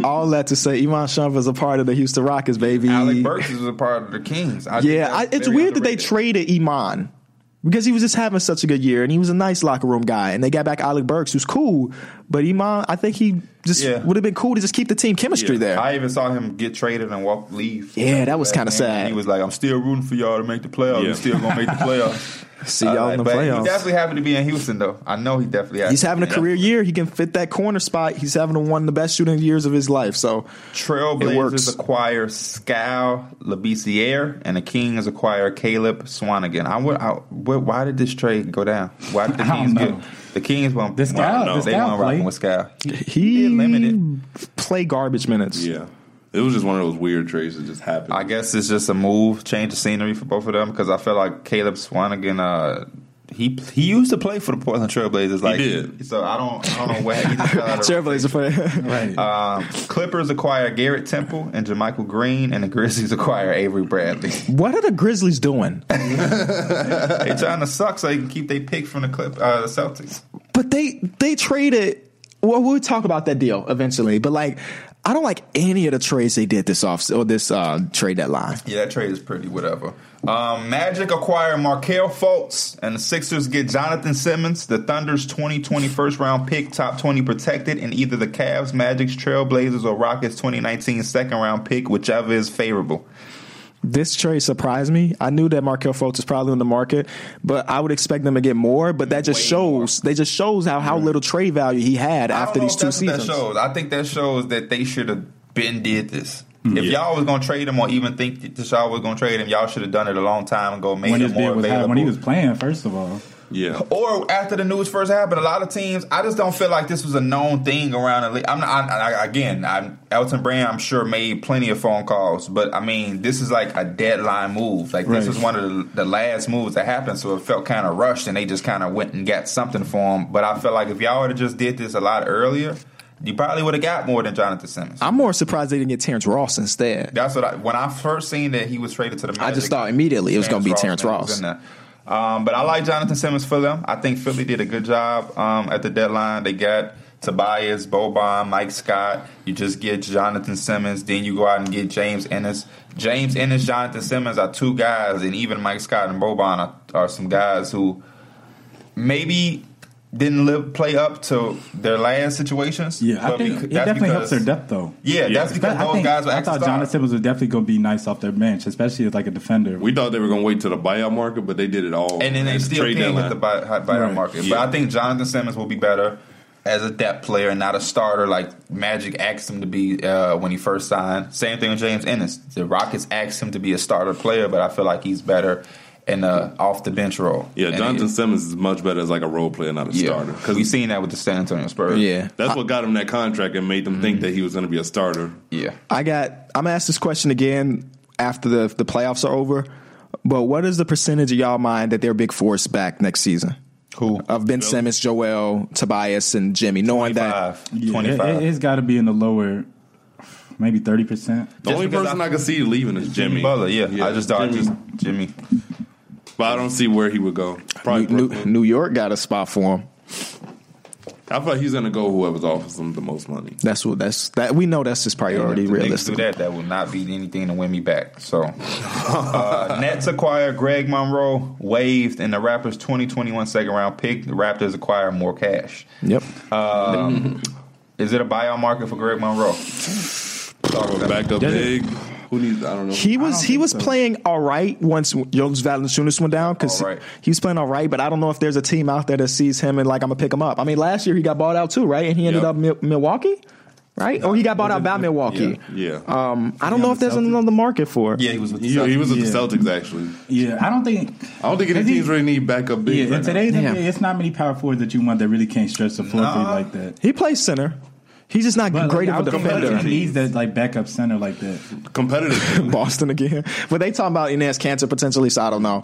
All that to say, Iman Shumpert is a part of the Houston Rockets, baby.
Alec Burks is a part of the Kings. I think
Yeah, I,
that's
it's
very
weird that they
underrated.
traded Iman because he was just having such a good year and he was a nice locker room guy. And they got back Alec Burks, who's cool, but Iman, I think he just
Yeah.
would have been cool to just keep the team chemistry
Yeah.
there.
I even saw him get traded and walk leave.
Yeah, that was kinda
And
sad.
He was like, "I'm still rooting for y'all to make the playoffs.
Yeah.
We're still gonna make the playoffs."
[LAUGHS] See
I was
y'all
like,
in the
uh, but
playoffs.
He definitely happened to be in Houston, though. I know he definitely.
He's having a
happened to
career
be
year. He can fit that corner spot. He's having one of the best shooting years of his life. So
in
It
Houston.
works.
Trailblazers acquire Scal Labissiere, and the Kings acquire Caleb Swanigan. I would. I, wh- why did this trade go down? Why did the
[LAUGHS] I don't
Kings
know.
get the Kings? Won't,
This Scal-
won't-
this
they
Scal
won't rocking
played.
with Scal.
he
limited.
play garbage minutes.
Yeah. It was just one of those weird trades that just happened.
I guess it's just a move, change of scenery for both of them because I feel like Caleb Swanigan. Uh, he he used to play for the Portland Trailblazers. Like,
did.
So I don't I don't know where he just fell out of-
[LAUGHS] Trailblazer player.
Right.
Um, Clippers acquire Garrett Temple and Jermichael Green, and the Grizzlies acquire Avery Bradley.
what are the Grizzlies doing?
they trying to suck so they can keep their pick from the Clip uh, the Celtics.
But they they traded. Well, we'll talk about that deal eventually. But like, I don't like any of the trades they did this off or this uh, trade deadline.
Yeah, that trade is pretty whatever. Um, Magic acquire Markel Fultz, and the Sixers get Jonathan Simmons, the Thunder's 2020 first round pick, top 20 protected, and either the Cavs, Magic's Trailblazers, or Rockets 2019 second round pick, whichever is favorable.
This trade surprised me. I knew that Markel Fultz is probably on the market, but I would expect them to get more. But that just
Way
shows they just shows how how little trade value he had
I don't
after
know
these
if
two
that's what
seasons.
That shows. I think that shows that they should have been did this.
Hmm,
If y'all was gonna trade him or even think that y'all was gonna trade him, y'all should have done it a long time ago, made
when
him
his
more
bid was high,
available.
when he was playing, first of all.
yeah.
or after the news first happened, a lot of teams. I just don't feel like this was a known thing around the league. I'm not, I, I, again. I'm Elton Brand. I'm sure made plenty of phone calls, but I mean, this is like a deadline move. Like
Right.
this was one of the, the last moves that happened, so it felt kind of rushed, and they just kind of went and got something for him. But I feel like if y'all would have just did this a lot earlier, you probably would have got more than Jonathan Simmons.
I'm more surprised they didn't get Terrence Ross instead.
That's what I when I first seen that he was traded to the. Magic,
I just thought immediately it was going to be Terrence
man, was
Ross.
in there. Um, but I like Jonathan Simmons for them. I think Philly did a good job um, at the deadline. They got Tobias, Boban, Mike Scott. You just get Jonathan Simmons. Then you go out and get James Ennis. James Ennis, Jonathan Simmons are two guys, and even Mike Scott and Boban are, are some guys who maybe didn't live play up to their last situations.
Yeah, I
but
think
beca-
it
that's
definitely helps
because-
their depth, though.
Yeah, that's because
I,
those
think,
guys were
I
actually
thought John
starting.
Simmons was definitely going to be nice off their bench, especially as like a defender.
We thought they were going to wait till the buyout market, but they did it all.
and then they
at the
still
trade
can get
deadline.
the buy, high buyout
Right.
market.
Yeah.
But I think Jonathan Simmons will be better as a depth player, not a starter like Magic asked him to be uh, when he first signed. Same thing with James Ennis. The Rockets asked him to be a starter player, but I feel like he's better in the off the bench role.
Yeah,
And
Jonathan
it-
Simmons is much better as like a role player, not a
yeah,
starter.
because we've seen that with the San Antonio Spurs.
Yeah.
That's what got him that contract and made them think
Mm-hmm.
that he was going to be a starter.
yeah.
I got. I'm gonna ask this question again after the the playoffs are over. But what is the percentage of y'all mind that they're big force back next season?
Who?
Of Ben Simmons, Joel, Tobias, and Jimmy, knowing that
Five,
Yeah,
Twenty-five.
It, has got to be in the lower, maybe 30%.
The
Just
only
because
person
I-
I, could see leaving is Jimmy.
Butler, yeah. I just thought
Jimmy.
just Jimmy.
but I don't see where he would go. Probably
New,
Brooklyn.
New York got a spot for him.
I feel like he's gonna go whoever's offers him the most money.
That's what that's that we know that's his priority
If the Knicks
realistically.
do that, that will not be anything to win me back. So, [LAUGHS] uh, Nets acquire Greg Monroe, waived, and the Raptors' 2021 second round pick. The Raptors acquire more cash.
Yep.
Is it a buyout market for Greg Monroe?
Back up big. Who needs? I don't know.
He was he
think
was
so.
playing all right once Jonas Valanciunas went down because
All right.
he was playing all right, but I don't know if there's a team out there that sees him and like I'm gonna pick him up. I mean, last year he got bought out too, right? And he ended
Yep.
up Mil- Milwaukee, right? or he got bought out by Milwaukee.
yeah.
Um, I don't know if there's
Celtics.
another market for it.
Yeah, he was with the
he, he was with
Yeah.
the Celtics actually.
Yeah, I don't think.
I don't think any
Is he-
teams really need backup
Yeah,
bigs.
in
right now.
today's
Damn.
NBA, it's not many power forwards that you want that really can't stretch the floor for you
Nah.
like that.
He plays center. He's just not
But
great
like, I
of a
don't think Boston
defender.
Needs that like backup center like that.
[LAUGHS]
competitive.
Boston again, but they talking about Inez cancer potentially. So I don't know.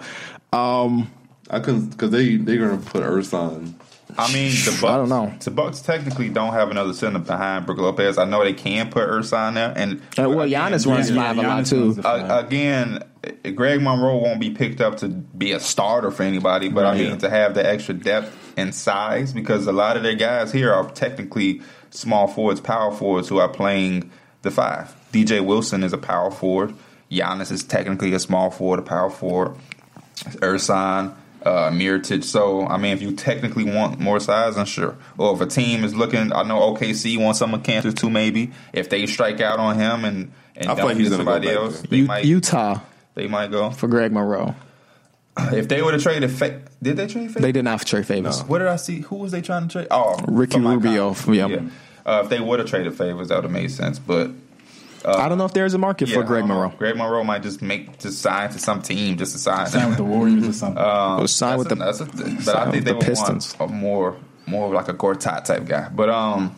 Um,
[LAUGHS] I couldn't because they they gonna put Urson.
I mean, the Bucks,
I don't know.
The Bucks technically don't have another center behind Brook Lopez. I know they can put Ursine there, and
uh, well, Giannis runs
Yeah,
five a lot
Giannis
too.
runs the five.
Uh, again, Greg Monroe won't be picked up to be a starter for anybody, but I
Right.
mean to have the extra depth and size because a lot of their guys here are technically small forwards, power forwards who are playing the five. DJ Wilson is a power forward. Giannis is technically a small forward, a power forward. Ersan, uh, Miritich. So, I mean, if you technically want more size, then sure. Or if a team is looking, I know OKC wants someone cancer too, maybe. If they strike out on him and, and
I feel like
dump
he's
to
gonna
somebody
go back
else,
there.
they
U-
might
Utah
they might go.
for Greg Monroe.
If they would have traded, fa- did they trade? Fa-
They did not trade favors.
What did I see? Who was they trying to trade? Oh,
Ricky
for my
Rubio,
comment.
yeah.
Uh, if they would have traded favors, that would have made sense. But
I don't know if there's a market
Uh, yeah,
for
I
Greg
don't know.
Monroe.
Greg Monroe might just make just sign to some team, just to sign.
Sign with the Warriors or something.
Uh,
Go sign with the
Um, That's a- that's a- but
sign
I
with
think they
the
would
Pistons.
want a more more of like a Gortat type guy. But um,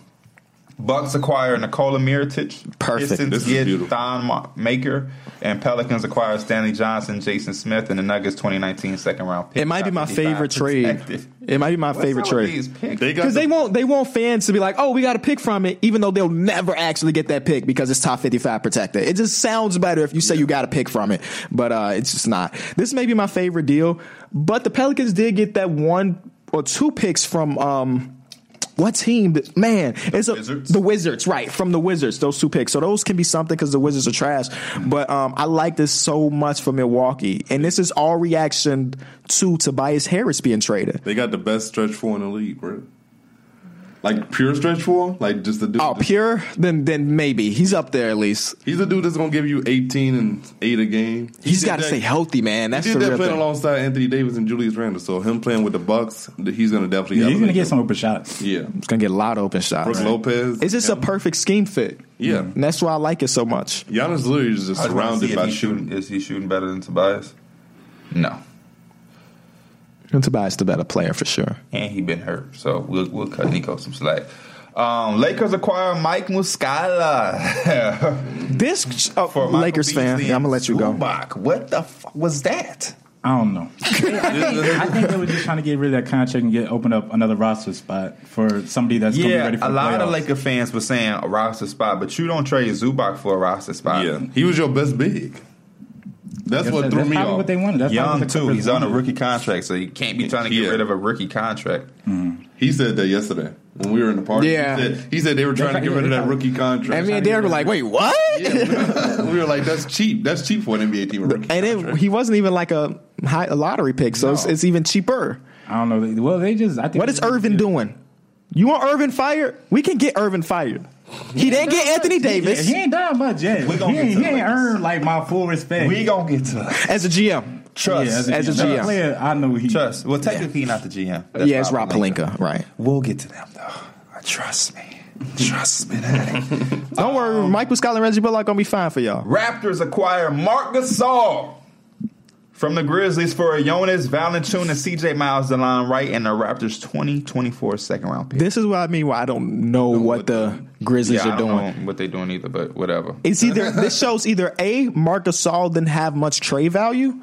Bucks acquire Nikola Mirotic.
Perfect.
Pistons
This is
get
beautiful.
Don Ma- Maker, and Pelicans acquire Stanley Johnson, Jason Smith, and the Nuggets 2019 second round pick.
It might be my
55
favorite trade.
protected.
It might be my
What's
favorite
up with
trade
these picks?
They got
because they
the-
want they want fans to be like, oh, we got a pick from it, even though they'll never actually get that pick because it's top fifty five protected. It just sounds better if you say you got a pick from it, but uh, it's just not. This may be my favorite deal, but the Pelicans did get that one or two picks from. Um, what team? that- Man, it's a,
Wizards?
the Wizards, right? From the Wizards, those two picks. So those can be something because the Wizards are trash. But um, I like this so much for Milwaukee, and this is all reaction to Tobias Harris being traded.
they got the best stretch four in the league, bro. Like pure stretch four, like just the dude.
Oh, pure? Then then maybe he's up there at least.
He's a dude that's gonna give you eighteen and eight a game. He
He's
did
got to
that-
stay healthy, man. That's
He
the
did that
real
playing
thing.
alongside Anthony Davis and Julius Randle. So him playing with the Bucks, th- he's gonna definitely.
yeah, he's gonna
elevate
get
them.
some open shots.
Yeah,
He's gonna get a lot of open shots.
Brooke Lopez.
It's just a perfect scheme fit.
Yeah.
and that's why I like it so much.
Giannis literally is just
I just wanna see
surrounded
if
by
he's
shooting.
shooting. Is he shooting better than Tobias? No,
And Tobias the better player for sure.
and he been hurt, so we'll we'll cut Nico some slack. Um, Lakers acquire Mike Muscala [LAUGHS]
This uh,
for Michael
Lakers fan,
Beasley
yeah, I'm
and
gonna let you go.
Zubac. What the fuck was that?
I don't know. I think they were just trying to get rid of that contract and get open up another roster spot for somebody that's gonna be
Yeah,
ready for
a
the
lot of
playoffs.
Laker fans were saying a roster spot, but you don't trade Zubac for a roster spot.
Yeah, he was your best big. That's
That's,
what
that's
threw me
probably
off.
what they wanted. That's probably
Young
what the
too.
Clippers
He's on a
wanted.
rookie contract, so you can't be trying to get
Yeah.
rid of a rookie contract.
He said that yesterday when we were in the party.
Yeah.
He said, he said they were trying to get rid of that rookie contract.
And me and Derek were like, "Wait, what?"
Yeah, we were like, that's cheap. That's cheap for an NBA team. A
[LAUGHS]
rookie
And it,
contract.
he wasn't even like a high a lottery pick, so it's,
No.
it's even cheaper.
I don't know. Well, they just. I think
What is Irvin doing? You want Irvin fired? We can get Irvin fired. He didn't get Anthony
Yeah,
Davis
he ain't done much yet.
We gonna
he ain't,
get to
he ain't
Lakers.
earned like my full respect.
We gonna get to that.
as a GM.
trust
as a GM.
player, I know he.
[LAUGHS] Trust. Well, technically not the GM. That's
yeah, it's Rob
Pelinka.
Palinka, right?
We'll get to them though. Trust me. Trust me, Daddy.
Don't
Um,
worry, Michael Scott and Reggie Bullock gonna be fine for y'all.
Raptors acquire Mark Gasol from the Grizzlies for a Jonas Valanciunas, CJ Miles, Delon Wright, and the Raptors 2024 second round pick.
This is what I mean. Why I don't know what
what
the Grizzlies
yeah,
are
I
doing.
don't know what they're doing either, but whatever.
It's
[LAUGHS]
either this shows either a Marc Gasol didn't have much trade value,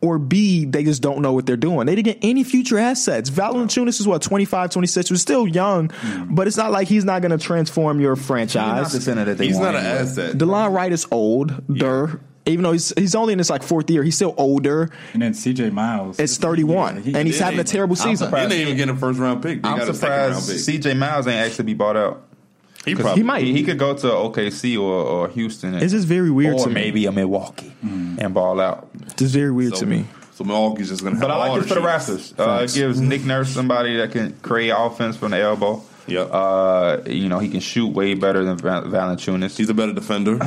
or b they just don't know what they're doing. They didn't get any future assets. Valanciunas is what 25, 26, was still young, but it's not like he's not going to transform your
He's Hmm. not the
franchise.
center that they
he's
want
not an
anyway.
asset.
Delon Wright is old, der, even though he's he's only in his like fourth year, he's still older.
And then CJ Miles.
It's thirty one,
Yeah, he-
and he's
It
having a
ain't-
terrible
I'm
season.
surprised He didn't even get a first round pick. They
I'm
got a second round
surprised
pick.
CJ Miles ain't actually be bought out.
he
'Cause
probably
might-
He, he could go to OKC or, or Houston. and-
It's just very weird
or
to me.
maybe a Milwaukee
Mm.
and ball out.
It's very weird
so,
to me.
So Milwaukee's just gonna.
But
have
I
all
like this for the
shooters.
Raptors. Uh, it gives
Mm.
Nick Nurse somebody that can create offense from the elbow.
Yep.
Uh, you know he can shoot way better than Val- Valanciunas.
He's a better defender. he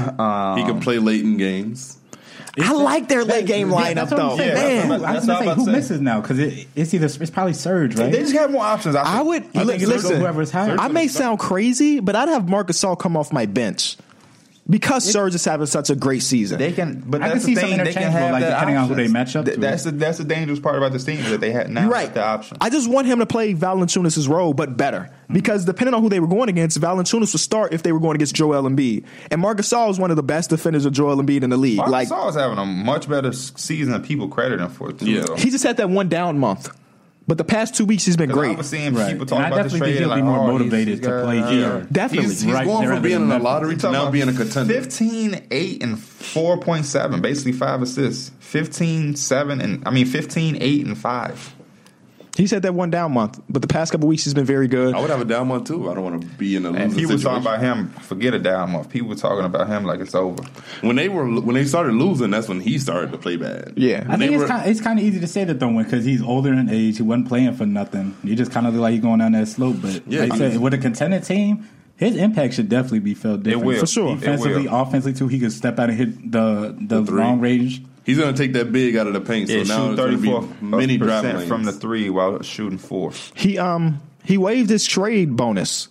can play late in games.
I like their late game
Yeah,
lineup
that's what I'm
though.
saying.
Yeah,
Man,
that's
Who- I was
all I'm
gonna say
about
who
to say.
misses now because it, it's either it's probably Surge, right?
they just have more options. I,
I
think.
would
I think
li-
it's
listen.
go whoever's hired.
I may sound crazy, but I'd have Marcus All come off my bench because Surge is having such a great season.
They can, but
I
that's
can see
the
some
thing. They can
interchangeable,
have
like,
that
depending on who
options.
they match up
Th-
to.
That's the that's the dangerous part about this team is that they had now
You're
right.
right.
the option.
I just want him to play Valanciunas' role, but better. Because depending on who they were going against, Valanciunas would start if they were going against Joel Embiid. And Marcus All is one of the best defenders of Joel Embiid in the league.
Marcus
like
Gasol is having a much better s- season than people credit him for. Too,
Yeah.
though.
he just had that one down month, but the past two weeks he's been
'Cause I
great.
was seeing
Right.
people
And
talking
I
about this
definitely
trade.
think he'll
like,
be more
oh, he's-
motivated
he's
to
got-
play here.
Definitely.
He's, he's
Right
going
there
from
at
being in the
the-
lottery to now being a contender.
15, 8, and 4.7, basically five assists. 15, 7, and I mean 15, 8, and 5.
he's had that one down month, but the past couple weeks he's been very good.
I would have a down one too. I don't want to be in a
And
losing
people
situation.
talking about him, forget a down month. People were talking about him like it's over.
when they were when they started losing, that's when he started to play bad.
Yeah.
I
They
think
were-
it's kind, it's kind of easy to say that though, because he's older in age. He wasn't playing for nothing. He just kind of looked like he's going down that slope. But
Yeah,
like
I
I said,
mean-
with a contended team, his impact should definitely be felt different.
will. For
sure. It
Defensively,
will.
offensively too, he could step out and hit the the,
three.
long range.
He's going to take that big out of the paint. So
Yeah,
now
shoot
it's going to
34
be many driving lanes.
from the three while shooting four.
He um he waived his trade bonus.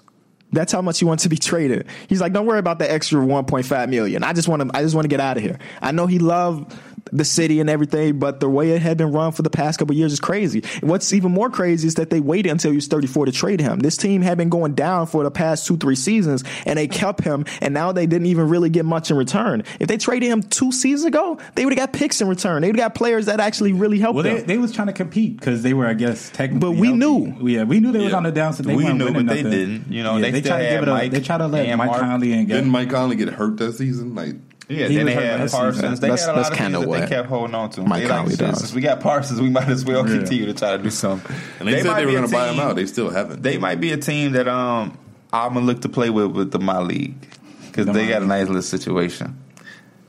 That's how much he wants to be traded. He's like, don't worry about the extra 1.5 million. I just want to I just want to get out of here. I know he loved the city and everything, but the way it had been run for the past couple years is crazy. And what's even more crazy is that they waited until he was 34 to trade him. This team had been going down for the past two, three seasons, and they kept him, and now they didn't even really get much in return. If they traded him two seasons ago, they would have got picks in return. They would have got players that actually really helped
Well,
them.
they, they was trying to compete because they were, I guess, technically.
But we
healthy.
knew.
yeah, we knew they was
Yeah.
on the downside. They
We
weren't
knew,
winning
but they
nothing.
didn't. You know,
Yeah,
they still
tried to
had
give it.
Mike
a, they tried to let
and
Mike
Mark.
Conley and
Didn't
get.
Mike Conley get hurt that season? Like,
Yeah,
He
then
was
they
hurt
had
last season.
Parsons. They
That's-
had a
that's
lot of
kinda
things that
what
they kept holding on to.
Mike
they like,
Conley
shit,
does.
since we got Parsons, we might as well
Yeah.
continue to try to do something.
and they, said
might
they were
be a
going to buy him
team-
out. They still haven't.
They might be a team that um I'm gonna look to play with with the my league because
The
they
My
got a nice little situation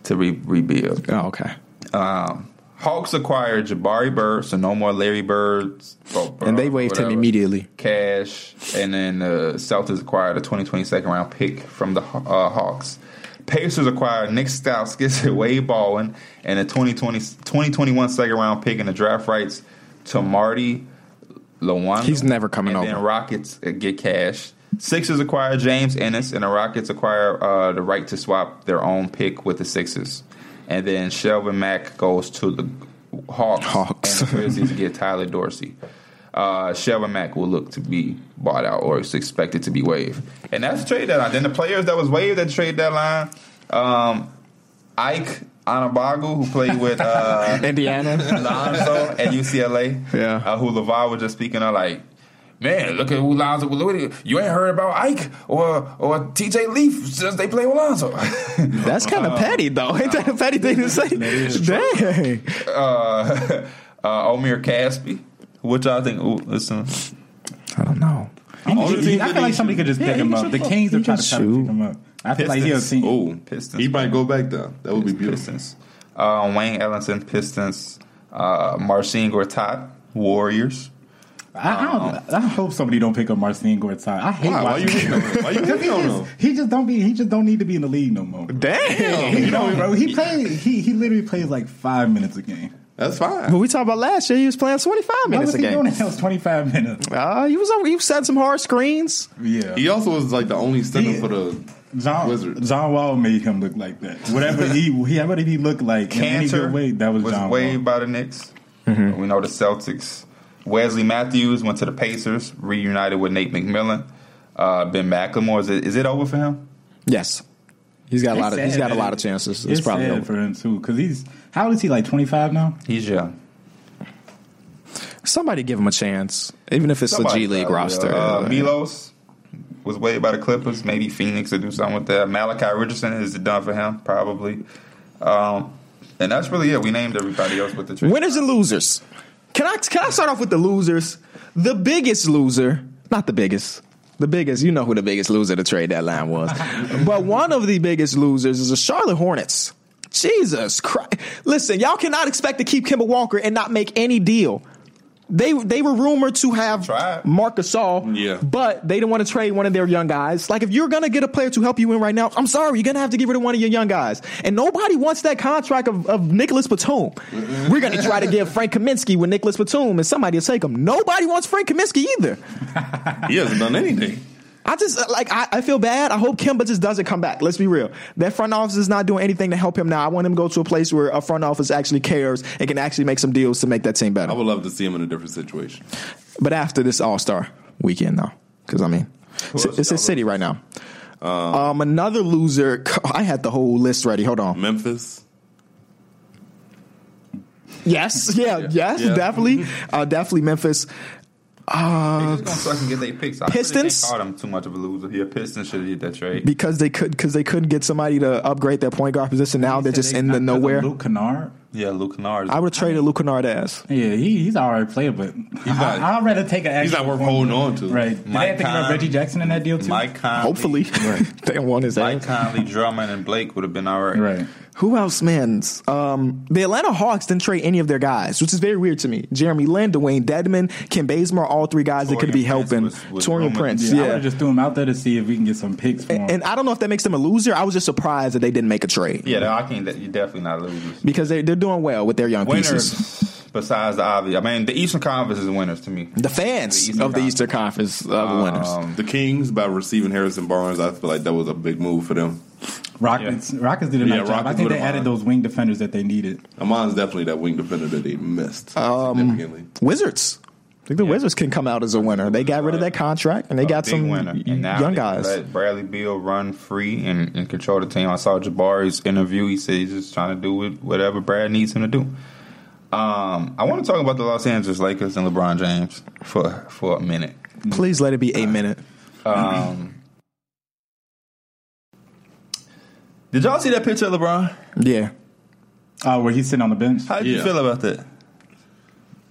to re- rebuild.
oh, okay.
Um, Hawks acquired Jabari Bird, so no more Larry Birds. Oh,
And they waived him immediately.
Cash, and then uh, Celtics acquired a 2020 second round pick from the uh, Hawks. Pacers acquired Nick Stauskas, Wade Baldwin, and a 2020 2021 second round pick and the draft rights to Marty Lawanda.
He's never coming
and
over.
Then Rockets uh, get cash. Sixers acquire James Ennis, and the Rockets acquire uh, the right to swap their own pick with the Sixers. And then Shelvin Mack goes to the Hawks,
Hawks.
and the Grizzlies get Tyler Dorsey. Uh, Shelvin Mack will look to be bought out or is expected to be waived. And that's the trade deadline. Then the players that was waived at the trade deadline, um, Ike Anabagu, who played
[LAUGHS]
with uh,
[LAUGHS]
Indiana.
Lonzo at UCLA.
Yeah.
Uh, who LeVar was just speaking of like, man, look at who Lonzo was with. You ain't heard about Ike or or TJ Leaf since they played with Lonzo. [LAUGHS]
That's kind of petty, though. [LAUGHS] Ain't Uh, that a petty thing to say? Dang.
uh, [LAUGHS] uh, Omir Caspi. What y'all think? Ooh, listen.
I don't know.
He could-
Only
he-
team
I
that
feel like
he
somebody
should-
could just pick him up. The Kings
he can
are trying to, try to
shoot.
pick him up. I feel like he'll
Pistons.
see.
oh,
Pistons.
he might go back down. That would be beautiful.
Pistons. Uh, Wayne Ellington, Pistons. Uh, Marcin Gortat, Warriors.
I, I, don't, I hope somebody don't pick up Marcin Gortat. I hate
Why, why you
watching
hating on him? Why you hating on him?
He just don't be. He just don't need to be in the league no more.
Dang.
You know, bro. He played. He he literally plays like five minutes a game.
That's
But
fine.
we talked about last year. He was playing 25
Why
minutes
was
a
he doing
game.
it? That was twenty five minutes.
Uh, he was over, he set some hard screens.
Yeah.
He also was like the only center
He-
for the
John
Wizards.
John Wall made him look like that. Whatever he, he whatever he looked like in any
Cantor
good way, that was,
was
John
waived
Wall.
by the Knicks. We know the Celtics. Wesley Matthews went to the Pacers, reunited with Nate McMillan. Uh, ben McLemore is it, is it over for him?
Yes. He's got a
It's
lot of he's
sad,
got a
man.
lot of chances. It's,
It's,
probably
sad
over.
for him too, because he's how old is he? Like twenty five now.
He's young.
Somebody give him a chance, even if it's the
Somebody
G League
probably,
roster.
Uh, Milos was waived by the Clippers. Maybe Phoenix will do something with that. Malachi Richardson is it done for him? Probably. Um, And that's really it. We named everybody else with the tree.
Winners and losers. Can I can I start off with the losers? The biggest loser, not the biggest. The biggest, you know who the biggest loser of the trade deadline was. but one of the biggest losers is the Charlotte Hornets. Jesus Christ. Listen, y'all cannot expect to keep Kimba Walker and not make any deal. They they were rumored to have
Tried.
Marcus All,
Yeah.
but they didn't want to trade one of their young guys. Like if you're gonna get a player to help you win right now, I'm sorry, you're gonna have to get rid of one of your young guys. And nobody wants that contract of, of Nicholas Batum. We're gonna try to give Frank Kaminsky with Nicholas Batum, and somebody will take him. Nobody wants Frank Kaminsky either.
He hasn't done anything.
I just uh, like I, I feel bad. I hope Kimba just doesn't come back. Let's be real. That front office is not doing anything to help him now. I want him to go to a place where a front office actually cares and can actually make some deals to make that team better.
I would love to see him in a different situation.
But after this All Star weekend, though, because I mean, it's,
else
it's
y'all
a city right now. Um, another loser. [LAUGHS] I had the whole list ready. Hold on.
Memphis.
Yes, [LAUGHS] yeah, yes,
Yeah.
definitely, uh, definitely Memphis.
They just gonna suck and get their picks. I Really
Uh, Pistons?
can't call them too much of a loser here. Pistons should have did that trade.
Because they could, because they couldn't get somebody to upgrade their point guard position. Now Oh, they're
They said
just
they
in the
got- 'cause of
nowhere.
Luke Kennard.
Yeah, Luke Kennard.
I would have traded Luke Kennard ass.
Yeah, he, he's all right player, but
not-
I, would rather take an
He's
actual
not worth holding on to.
Right. Did
Mike
they have to give up
Conley.
Reggie Jackson in that deal too?
Mike Conley.
Hopefully, [LAUGHS] they don't want his ass.
Mike Conley, Drummond, and Blake would have been all right.
Right.
Who else, man? Um, the Atlanta Hawks didn't trade any of their guys, which is very weird to me. Jeremy Lin, Dwayne Dedman, Kim Bazemore, all three guys that could
Torian
be
Prince
helping.
was- was
Torian
rumored-
Prince,
Yeah, I would
yeah.
have just threw him out there to see if we can get some picks for him.
And I don't know if that makes them a loser. I was just surprised that they didn't make a trade
Yeah, I can't. You're definitely not losers.
because they, they're doing well with their young pieces.
Winners, besides the obvious. I mean, the Eastern Conference is winners to me.
The fans
The Eastern
of the Eastern Conference of
Um,
the winners.
The Kings by receiving Harrison Barnes, I feel like that was a big move for them.
Rockets, Rockets did a
Yeah,
nice job. I
Rockets
think they
would've won.
added those wing defenders that they needed.
Amon's definitely that wing defender that they missed significantly.
Wizards. I think the Wizards can come out as a winner. They got rid of that contract and they got
big
some
winner. And now
young
they
guys.
Let Bradley Beal run free and, and control the team. I saw Jabari's interview. He said he's just trying to do what- whatever Brad needs him to do. Um, I want to talk about the Los Angeles Lakers and LeBron James for for a minute.
Please let it be a minute.
Um, did y'all see that picture of LeBron?
Yeah.
Uh, where he's sitting on the bench.
How did you
Yeah.
feel about that?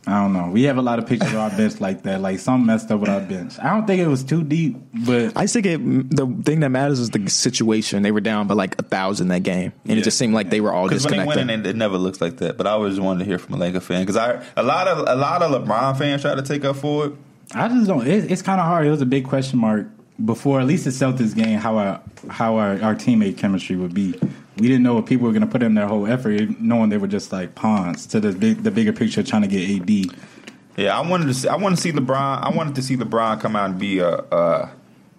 I don't know. We have a lot of pictures of our bench like that. Like some messed up with our bench. I don't think it was too deep, but
I just think it, mm, the thing that matters is the situation. They were down by like a thousand that game, and it just seemed like they were all
Because when they win,
disconnected.
it, it never looks like that. But I always wanted to hear from a Laker fan because I a lot of a lot of LeBron fans try to take up for it.
I just don't. It, it's kind of hard. It was a big question mark before at least the Celtics game. How our how our, our teammate chemistry would be. We didn't know what people were going to put in their whole effort, knowing they were just like pawns to the big, the bigger picture, trying to get AD.
Yeah, I wanted to. See, I want to see LeBron. I wanted to see LeBron come out and be a a,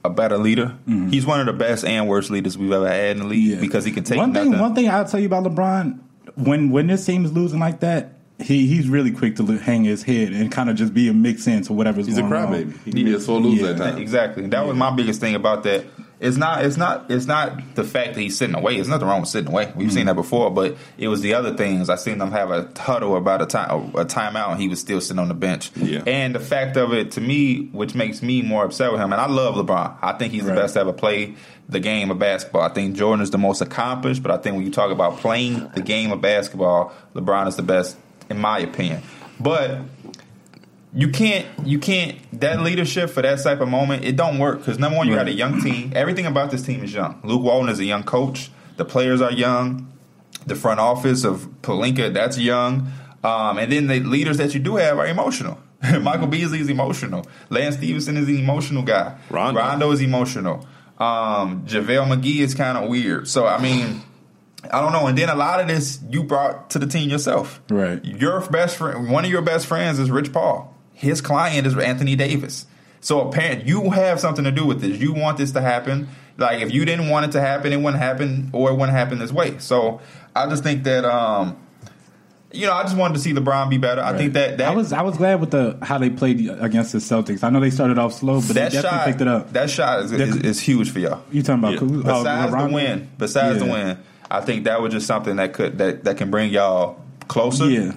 a better leader. He's one of the best and worst leaders we've ever had in the league
Mm-hmm. Yeah.
because he can take
one
nothing.
thing. One thing I'll tell you about LeBron when when this team is losing like that, he he's really quick to lo- hang his head and kind of just be a mix in to whatever's
He's a
going on.
crybaby. He can be a sore loser
Yeah.
at times.
Exactly. That was my biggest thing about that. It's not. It's not. It's not the fact that he's sitting away. There's nothing wrong with sitting away. We've seen that before. But it was the other things. I seen them have a huddle about a time a timeout, and he was still sitting on the bench.
Yeah.
And the fact of it to me, which makes me more upset with him, and I love LeBron. I think he's the
Right.
best to ever play the game of basketball. I think Jordan is the most accomplished. But I think when you talk about playing the game of basketball, LeBron is the best, in my opinion. But you can't you can't that leadership for that type of moment it don't work because number one you got a young team everything about this team is young luke walton is a young coach the players are young the front office of palinka that's young um, and then the leaders that you do have are emotional [LAUGHS] michael beasley is emotional lance stevenson is an emotional guy
Rondo.
rondo is emotional um, javale mcgee is kind of weird so i mean I don't know. And then a lot of this you brought to the team yourself.
Right.
Your best friend, one of your best friends is Rich Paul. His client is Anthony Davis. So apparently you have something to do with this. You want this to happen. Like if you didn't want it to happen, it wouldn't happen, or it wouldn't happen this way. So I just think that, um, you know, I just wanted to see LeBron be better. I think that that
I was I was glad with the how they played against the Celtics. I know they started off slow, but
that
they definitely
shot
picked it up.
That shot is, is, is huge for y'all.
you talking about
Yeah.
who- uh,
besides the
Rondo?
win, besides
Yeah.
the win, I think that was just something that could that that can bring y'all closer.
Yeah.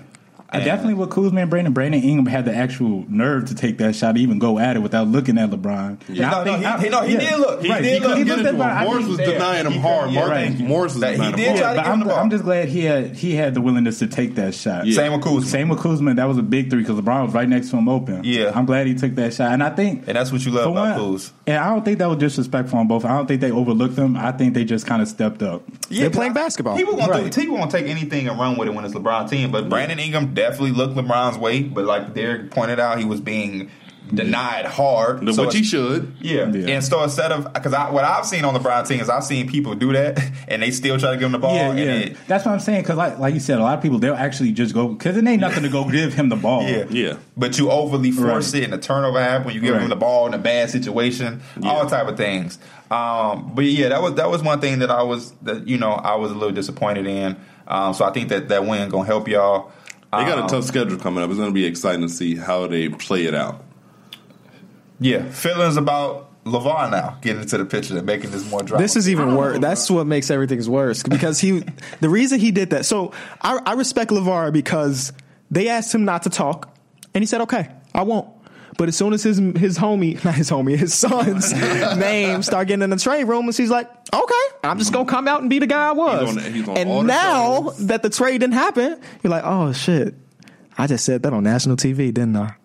I definitely with Kuzma and Brandon. Brandon Ingram had the actual nerve to take that shot, even go at it without looking at LeBron. Yeah,
No, no, he- he- no, he did look. He
right.
did look. He
He looked at LeBron. I
Morris
think-
was denying him hard.
yeah,
Mark-
right.
Morris was
That he
denying
did
him
try
hard.
to
but
give him
I'm,
the ball.
I'm just glad he had he had the willingness to take that shot.
Same with Kuzma.
Same with Kuzma. That was a big three because LeBron was right next to him open.
Yeah.
I'm glad he took that shot. And I think
And that's what you love
for
about
one-
Kuz.
And I don't think that was disrespectful on both. I don't think they overlooked them. I think they just kind of stepped up.
They're playing basketball.
People want
Right.
to people want to take anything and run with it when it's LeBron team. But Brandon Ingram definitely looked LeBron's way. But like Derek pointed out, he was being denied hard.
No,
So
Which he
it's-
should.
Yeah.
Yeah.
and so instead of because I, what I've seen on LeBron team is I've seen people do that [LAUGHS] and they still try to give him the ball.
Yeah,
and
yeah.
it-
That's what I'm saying. Because like, like you said, a lot of people they'll actually just go because it ain't nothing
[LAUGHS]
to go give him the ball.
Yeah.
Yeah.
But you overly force
Oh, Right.
it in the turnover happen when you give
Right.
them the ball in a bad situation, all type of things. Um, but yeah, that was that was one thing that I was that you know I was a little disappointed in. Um, so I think that that win gonna help y'all.
They got
Um,
a tough schedule coming up. It's going to be exciting to see how they play it out.
Yeah, feelings about LeVar now getting into the picture and making this more drama.
This is even worse. That's what makes everything's worse because he, the reason he did that. So I, I respect Levar because they asked him not to talk, and he said, "Okay, I won't." But as soon as his his homie, [LAUGHS] not his homie, his son's name start getting in the trade rumors, he's like, "Okay, I'm just gonna come out and be the guy I was."
on- he's on all
and
the
now
shows.
that the trade didn't happen, you're like, "Oh shit, I just said that on national TV, didn't I?" [LAUGHS]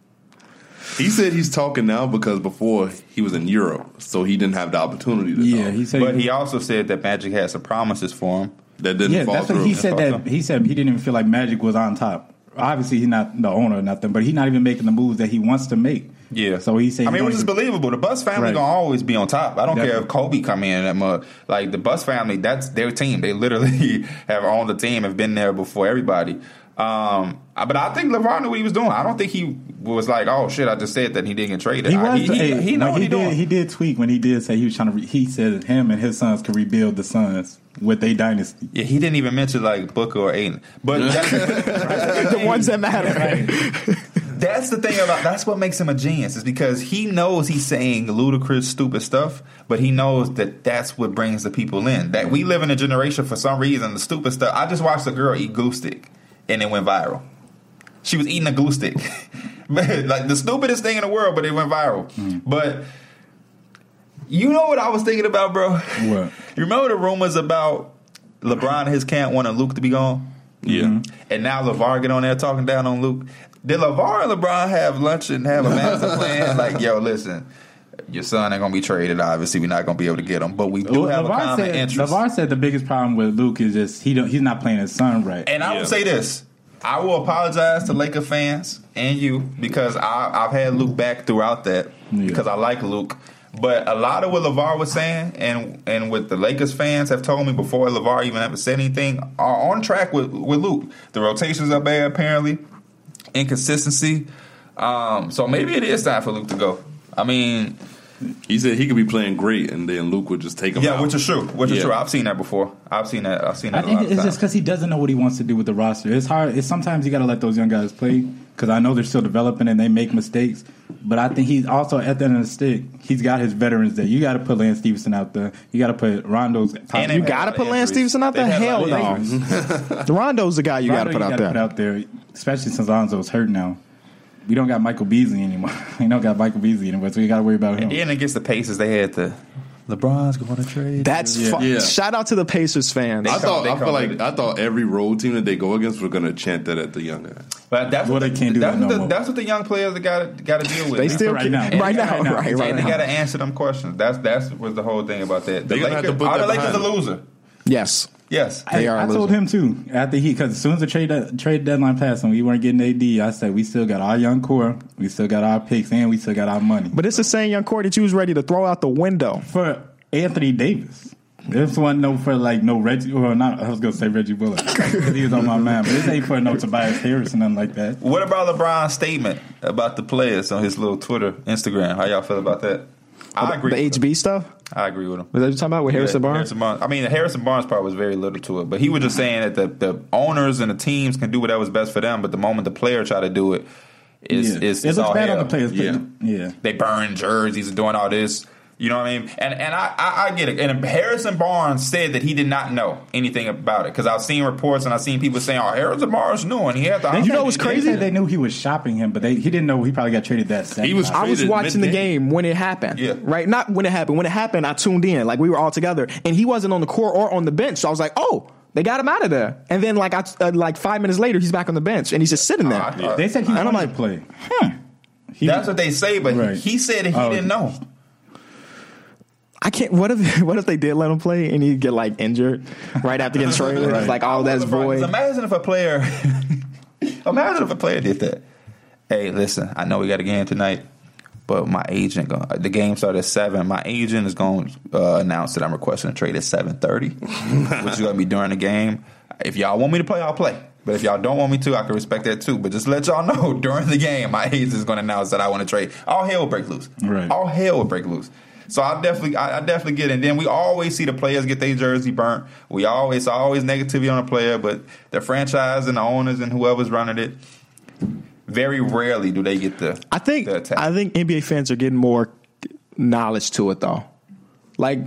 He said he's talking now because before he was in Europe, so he didn't have the opportunity to
yeah.
talk.
He said,
but he also said that Magic had some promises for him.
that didn't
yeah.
fall
That's
through.
what he said.
Fall
That he said he didn't even feel like Magic was on top. Obviously, he's not the owner or nothing, but he's not even making the moves that he wants to make.
Yeah.
So he said,
I
he
mean,
don't
which is
even-
believable. The Bus family
Right.
gonna always be on top. I don't care
Definitely.
if Kobe come in that mug. Like the Bus family, that's their team. They literally [LAUGHS] have owned the team, have been there before everybody. Um, I- but I think LeBron knew what he was doing. I don't think he was like, "Oh shit, I just said that he didn't get traded."
He
I-
was.
He,
hey,
he, he know
no,
what
he
he,
did.
doing.
He did tweak when he did say he was trying to. Re- he said that him and his sons could rebuild the Suns with their dynasty.
yeah, he didn't even mention like Booker or Aiden.
[LAUGHS]
But that's,
The ones that matter.
That's the thing about that's what makes him a genius is because he knows he's saying ludicrous, stupid stuff, but he knows that that's what brings the people in. That we live in a generation for some reason the stupid stuff. I just watched a girl eat glue stick, and it went viral. She was eating a glue stick, [LAUGHS] Man, like the stupidest thing in the world, but it went viral. But you know what I was thinking about, bro?
What?
You remember the rumors about LeBron and his camp wanting Luke to be gone?
yeah.
Mm-hmm.
And now LeVar get on there talking down on Luke. Did LeVar and LeBron have lunch and have a master
[LAUGHS]
plan? Like, yo, listen, your son ain't gonna be traded. Obviously, we're not gonna be able to get him, but we do
Well,
have a
LeVar
common
said,
interest.
LeVar said the biggest problem with Luke is just he don't, he's not playing his son right.
and I
Yeah.
will say this: I will apologize to Laker fans and you because I, I've had Luke back throughout that
Yeah.
because I like Luke. But a lot of what LeVar was saying and and what the Lakers fans have told me before LeVar even ever said anything are on track with, with Luke. The rotations are bad apparently. inconsistency. Um, so maybe it is time for Luke to go. I mean,
He said he could be playing great, and then Luke would just take him
yeah,
out.
which is true. Which is
Yeah.
true. I've seen that before. I've seen that. I've seen
I
that. a
think
lot of
it's just
times.
because he doesn't know what he wants to do with the roster. It's hard. It's sometimes you got to let those young guys play because I know they're still developing and they make mistakes. But I think he's also at the end of the stick. He's got his veterans there. You got to put Lance Stevenson out there. You got to put Rondo's.
And they
You
had
gotta
a lot
put
of
Lance
injuries.
Stevenson out
They
there?
had a lot
Hell
of
no. [LAUGHS]
injuries.
Rondo's the guy you got to put
Rondo
out
gotta
there.
put out there, especially since Lonzo's hurt now. We don't got Michael Beasley anymore. [LAUGHS] we don't got Michael Beasley anymore, so you got to worry about him.
And against the Pacers, they had the LeBron's going to trade.
That's
Yeah.
fu-
Yeah.
shout out to the Pacers fans.
I
They come-
thought
they
I feel
come
like
with it.
I thought every road team that they go against were going to chant that at the young guys.
but that's what
Well, they can't do
that's
that no
what the,
more.
That's what the young players got to got to deal with.
They
now.
still
Right
can-
now.
right now,
Right now.
right, right
and they
now.
got to answer them questions. That's that's was the whole thing about that. The
They gonna have
Lakers,
to put
are the
that
Lakers a
behind them.
loser?
Yes.
Yes.
They
Hey,
are
I told
losing.
him too after he because as soon as the trade trade deadline passed and we weren't getting AD, I said we still got our young core, we still got our picks, and we still got our money. But
But it's the same young core that you was ready to throw out the window.
for Anthony Davis, this one no for like no Reggie. Well, not I was gonna say Reggie Bullock 'cause he was on my mind, but this ain't for no Tobias Harris or nothing like that.
What about LeBron's statement about the players on his little Twitter, Instagram? How y'all feel about that? I agree.
The
with him.
HB stuff?
I agree with him.
Was that what you're talking about with Harrison
Yeah,
Barnes?
Harrison Barnes. I mean, the Harrison Barnes part was very little to it, but he was just saying that the, the owners and the teams can do whatever's best for them, but the moment the player try to do it, it's,
Yeah.
it's,
it
it's
looks
all
bad
hell.
on the players. but-
Yeah.
yeah.
They burn jerseys and doing all this. You know what I mean? And and I, I, I get it. And Harrison Barnes said that he did not know anything about it because I've seen reports and I've seen people saying, "Oh, Harrison Barnes knew and he had the."
You know what's
They-
crazy?
they-
They knew he was shopping him, but they he didn't know he probably got traded that. Same
He was-
night.
I was
Traded
watching the
mid-game.
game when it happened.
Yeah.
Right? Not when it happened. When it happened, I tuned in. Like we were all together, and he wasn't on the court or on the bench. So I was like, oh. They got him out of there, and then like I, uh, like five minutes later, he's back on the bench and he's just sitting there.
Uh, I thought-
They said he
I don't
wanted
like-
to play. Huh. He,
That's what they say, but
Right.
he said that he
Oh.
didn't know.
I can't. What if [LAUGHS] what if they did let him play and he get like injured right after getting traded?
Right.
Like all that's
Because
void.
Imagine if a player, [LAUGHS] imagine if a player did that. Hey, listen, I know we got a game tonight, but my agent going the game started at seven. My agent is going to uh, announce that I'm requesting a trade at seven thirty, which is going to be during the game. If y'all want me to play, I'll play. But if y'all don't want me to, I can respect that too. But just let y'all [LAUGHS] know during the game, my agent is going to announce that I want to trade. All hell will break loose.
Right.
All hell will break loose. So I definitely, I, I definitely get it. And then we always see the players get their jersey burnt. We always, always negativity on a player, but the franchise and the owners and whoever's running it, very rarely do they get the.
I think
the attack.
I think NBA fans are getting more knowledge to it though. Like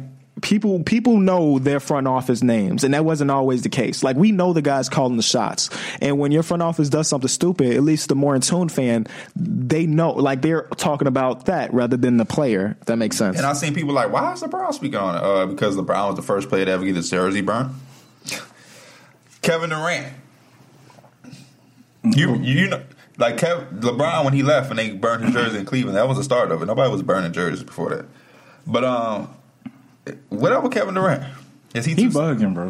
people people know their front office names and that wasn't always the case. Like we know the guys calling the shots. And when your front office does something stupid, at least the more in tune fan, they know like they're talking about that rather than the player. If that makes sense.
and I've seen people like, why is LeBron speaking on it? Uh, because LeBron was the first player to ever get his jersey burnt. [LAUGHS] Kevin Durant. You you know like Kev, LeBron when he left and they burned his jersey in Cleveland, that was the start of it. Nobody was burning jerseys before that. But um what up with Kevin Durant? Is he,
he
too
bugging, bro.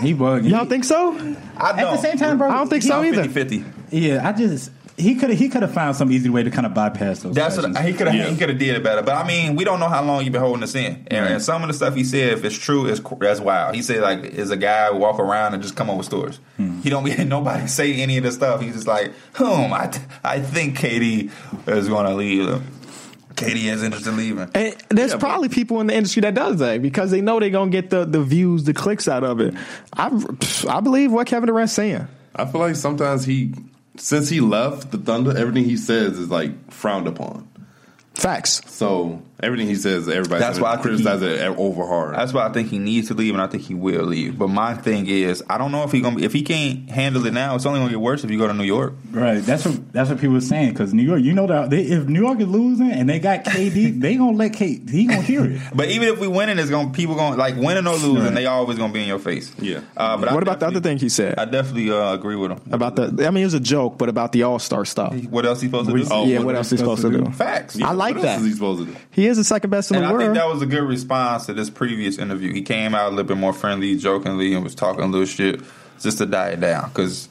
He bugging.
Y'all think so?
I
At the same time, bro.
I don't think so
I'm
either.
50-50.
Yeah, I just he could he could have found some easy way to kind of bypass those.
That's what
questions.
he could have.
Yeah.
He could have did it better. But I mean, we don't know how long you've been holding this in. And, and some of the stuff he said, if it's true, is that's wild. He said like, is a guy who walk around and just come up with stories. He don't be [LAUGHS] nobody say any of this stuff. He's just like, hmm, I th- I think Katie is going to leave. Katie is interested in leaving.
And there's
Yeah, but-
probably people in the industry that does that because they know they're gonna get the, the views, the clicks out of it. I pff, I believe what Kevin Durant's saying.
I feel like sometimes he, since he left the Thunder, everything he says is like frowned upon.
Facts.
So everything he says, everybody's
That's
gonna
why I think
criticize it over hard.
That's why I think he needs to leave, and I think he will leave. But my thing is, I don't know if he gonna be, if he can't handle it now. It's only gonna get worse if you go to New York.
right. That's what that's what people were saying because New York, you know that they, if New York is losing and they got KD, they gonna let KD. He gonna hear it.
But even if we winning, it's gonna people gonna like winning or losing. They always gonna be in your face.
Yeah.
Uh, but I
what about the other thing
definitely-
he said?
I definitely uh, agree with him
about the. I mean, it was a joke, but about the All Star stuff.
What else he supposed to do?
Oh,
yeah,
what
what,
are
else
we
he's supposed to do?
Facts.
I like
what
that.
else is he supposed to do?
He is the second best in
And
the
I think
world.
that was a good response to this previous interview. He came out a little bit more friendly, jokingly, and was talking a little shit just to die it down because.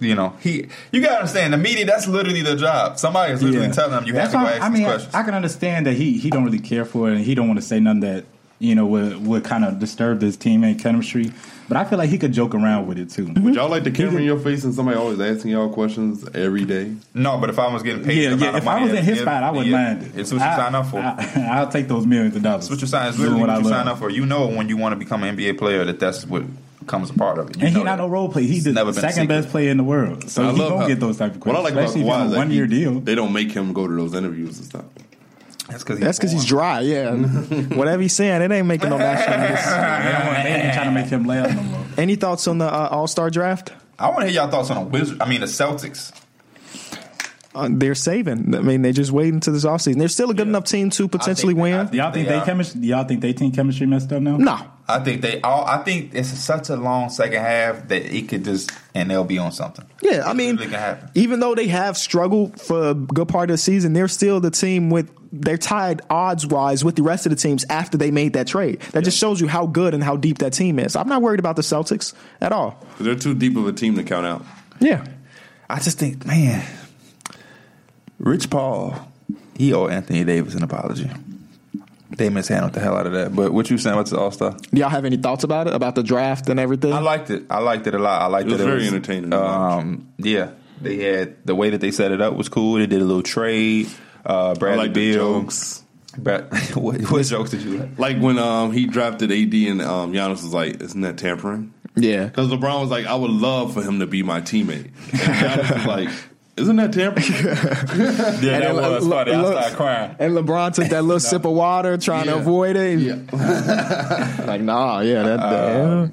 You know, he. You gotta understand the media. That's literally their job. Somebody is literally telling them you have
That's
to go
why-
ask
I mean,
these
I-
questions.
I, can understand that he he don't really care for it and he don't want to say nothing that you know would would kind of disturb his teammate chemistry. But I feel like he could joke around with it too.
Mm-hmm.
Would y'all like the camera in your face and somebody always asking y'all questions every day?
no, but if I was getting paid,
yeah,
the amount
yeah.
of
If I
money
was
that-
in his
yeah,
spot, I wouldn't
yeah.
mind it.
It's what you
I-
sign up for.
I, will take those millions of dollars.
That's what you sign. It's
Doing
literally what, you
love.
sign up for. You know when you want to become an NBA player that that's what comes a part of it. You
And
know
he not
that.
no role player. He's the
never been
second
secret.
best player in the world. So he
how-
don't get those type of
What I
questions.
like about
especially if you're
Kawhi
on
is
a
that
one
he-
year deal.
They don't make him go to those interviews and stuff.
That's because
That's because he's dry.
[LAUGHS]
Yeah, And whatever he's saying, it ain't making no national.
They don't want- they ain't trying to make him laugh no more.
Any thoughts on the uh, All Star draft?
I want to hear y'all thoughts on the Wizards. I mean, the Celtics.
Uh, they're saving. I mean, they're just waiting to this offseason. They're still a good enough team to potentially
they-
win.
I think-
Y'all think
They
they,
are.
chemistry? Y'all think they team chemistry messed up now?
no,
I think they all. I think it's such a long second half that it could just and they'll be on something.
Yeah, I mean,
really can happen.
even though they have struggled for a good part of the season, they're still the team with they're tied odds wise with the rest of the teams after they made that trade. That just shows you how good and how deep that team is. I'm not worried about the Celtics at all.
'Cause They're too deep of a team to count out.
Yeah,
I just think, man, Rich Paul, he owe Anthony Davis an apology. They mishandled the hell out of that. But what you saying? What's the All Star?
do y'all have any thoughts about it about the draft and everything?
I liked it. I liked it a lot. I liked
It was
that
very entertaining.
Um, yeah, they had the way that they set it up was cool. They did a little trade. Uh,
I
Bradley
like the
Beal.
jokes.
Brad, [LAUGHS] what, what jokes did you like?
Like when um, he drafted AD and um, Giannis was like, "Isn't that tampering?"
yeah,
Because LeBron was like, "I would love for him to be my teammate." And Giannis was like, Isn't
[LAUGHS]
that tampering?
Yeah, that
then Le-
was
Le-
funny. I
Le-
started crying.
And LeBron took that
[LAUGHS]
little sip of water trying to
Yeah.
avoid it.
yeah.
Like, nah, yeah, that. yeah.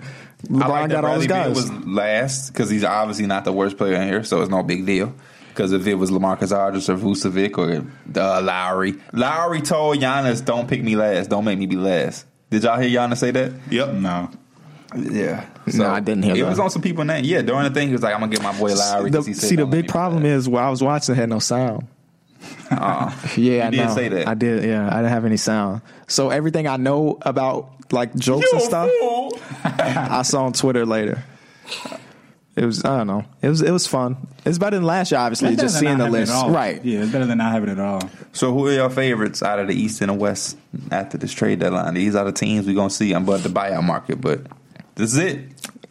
LeBron
I Uh, like that
got all
Bradley
his
Beal
guys.
was last because he's obviously not the worst player in here, so it's no big deal. Because if it was Lamarcus Aldridge or Vucevic or uh, Lowry, Lowry told Giannis, "Don't pick me last. Don't make me be last." Did y'all hear Giannis say that?
Yep.
No.
Yeah.
No, I didn't hear
It
that.
was on some people name. Yeah, during the thing, he was like, "I'm gonna get my boy Lowry."
The-
'cause he said,
see, the
"Don't let me
big
be
problem
last."
is while I was watching, it had no sound. [LAUGHS] yeah, I
Oh. did
know.
say that.
I did. Yeah, I didn't have any sound. So everything I know about like jokes
you
and
a
stuff,
fool.
I saw on Twitter later. It was I don't know. It was it was fun. It's better than last year, obviously.
It's better
Just
than
seeing
not
the
having it
list,
at all.
right?
Yeah, it's better than not having it at all.
So, who are your favorites out of the East and the West after this trade deadline? These are the teams we're gonna see. I'm about the buyout market, but this is it.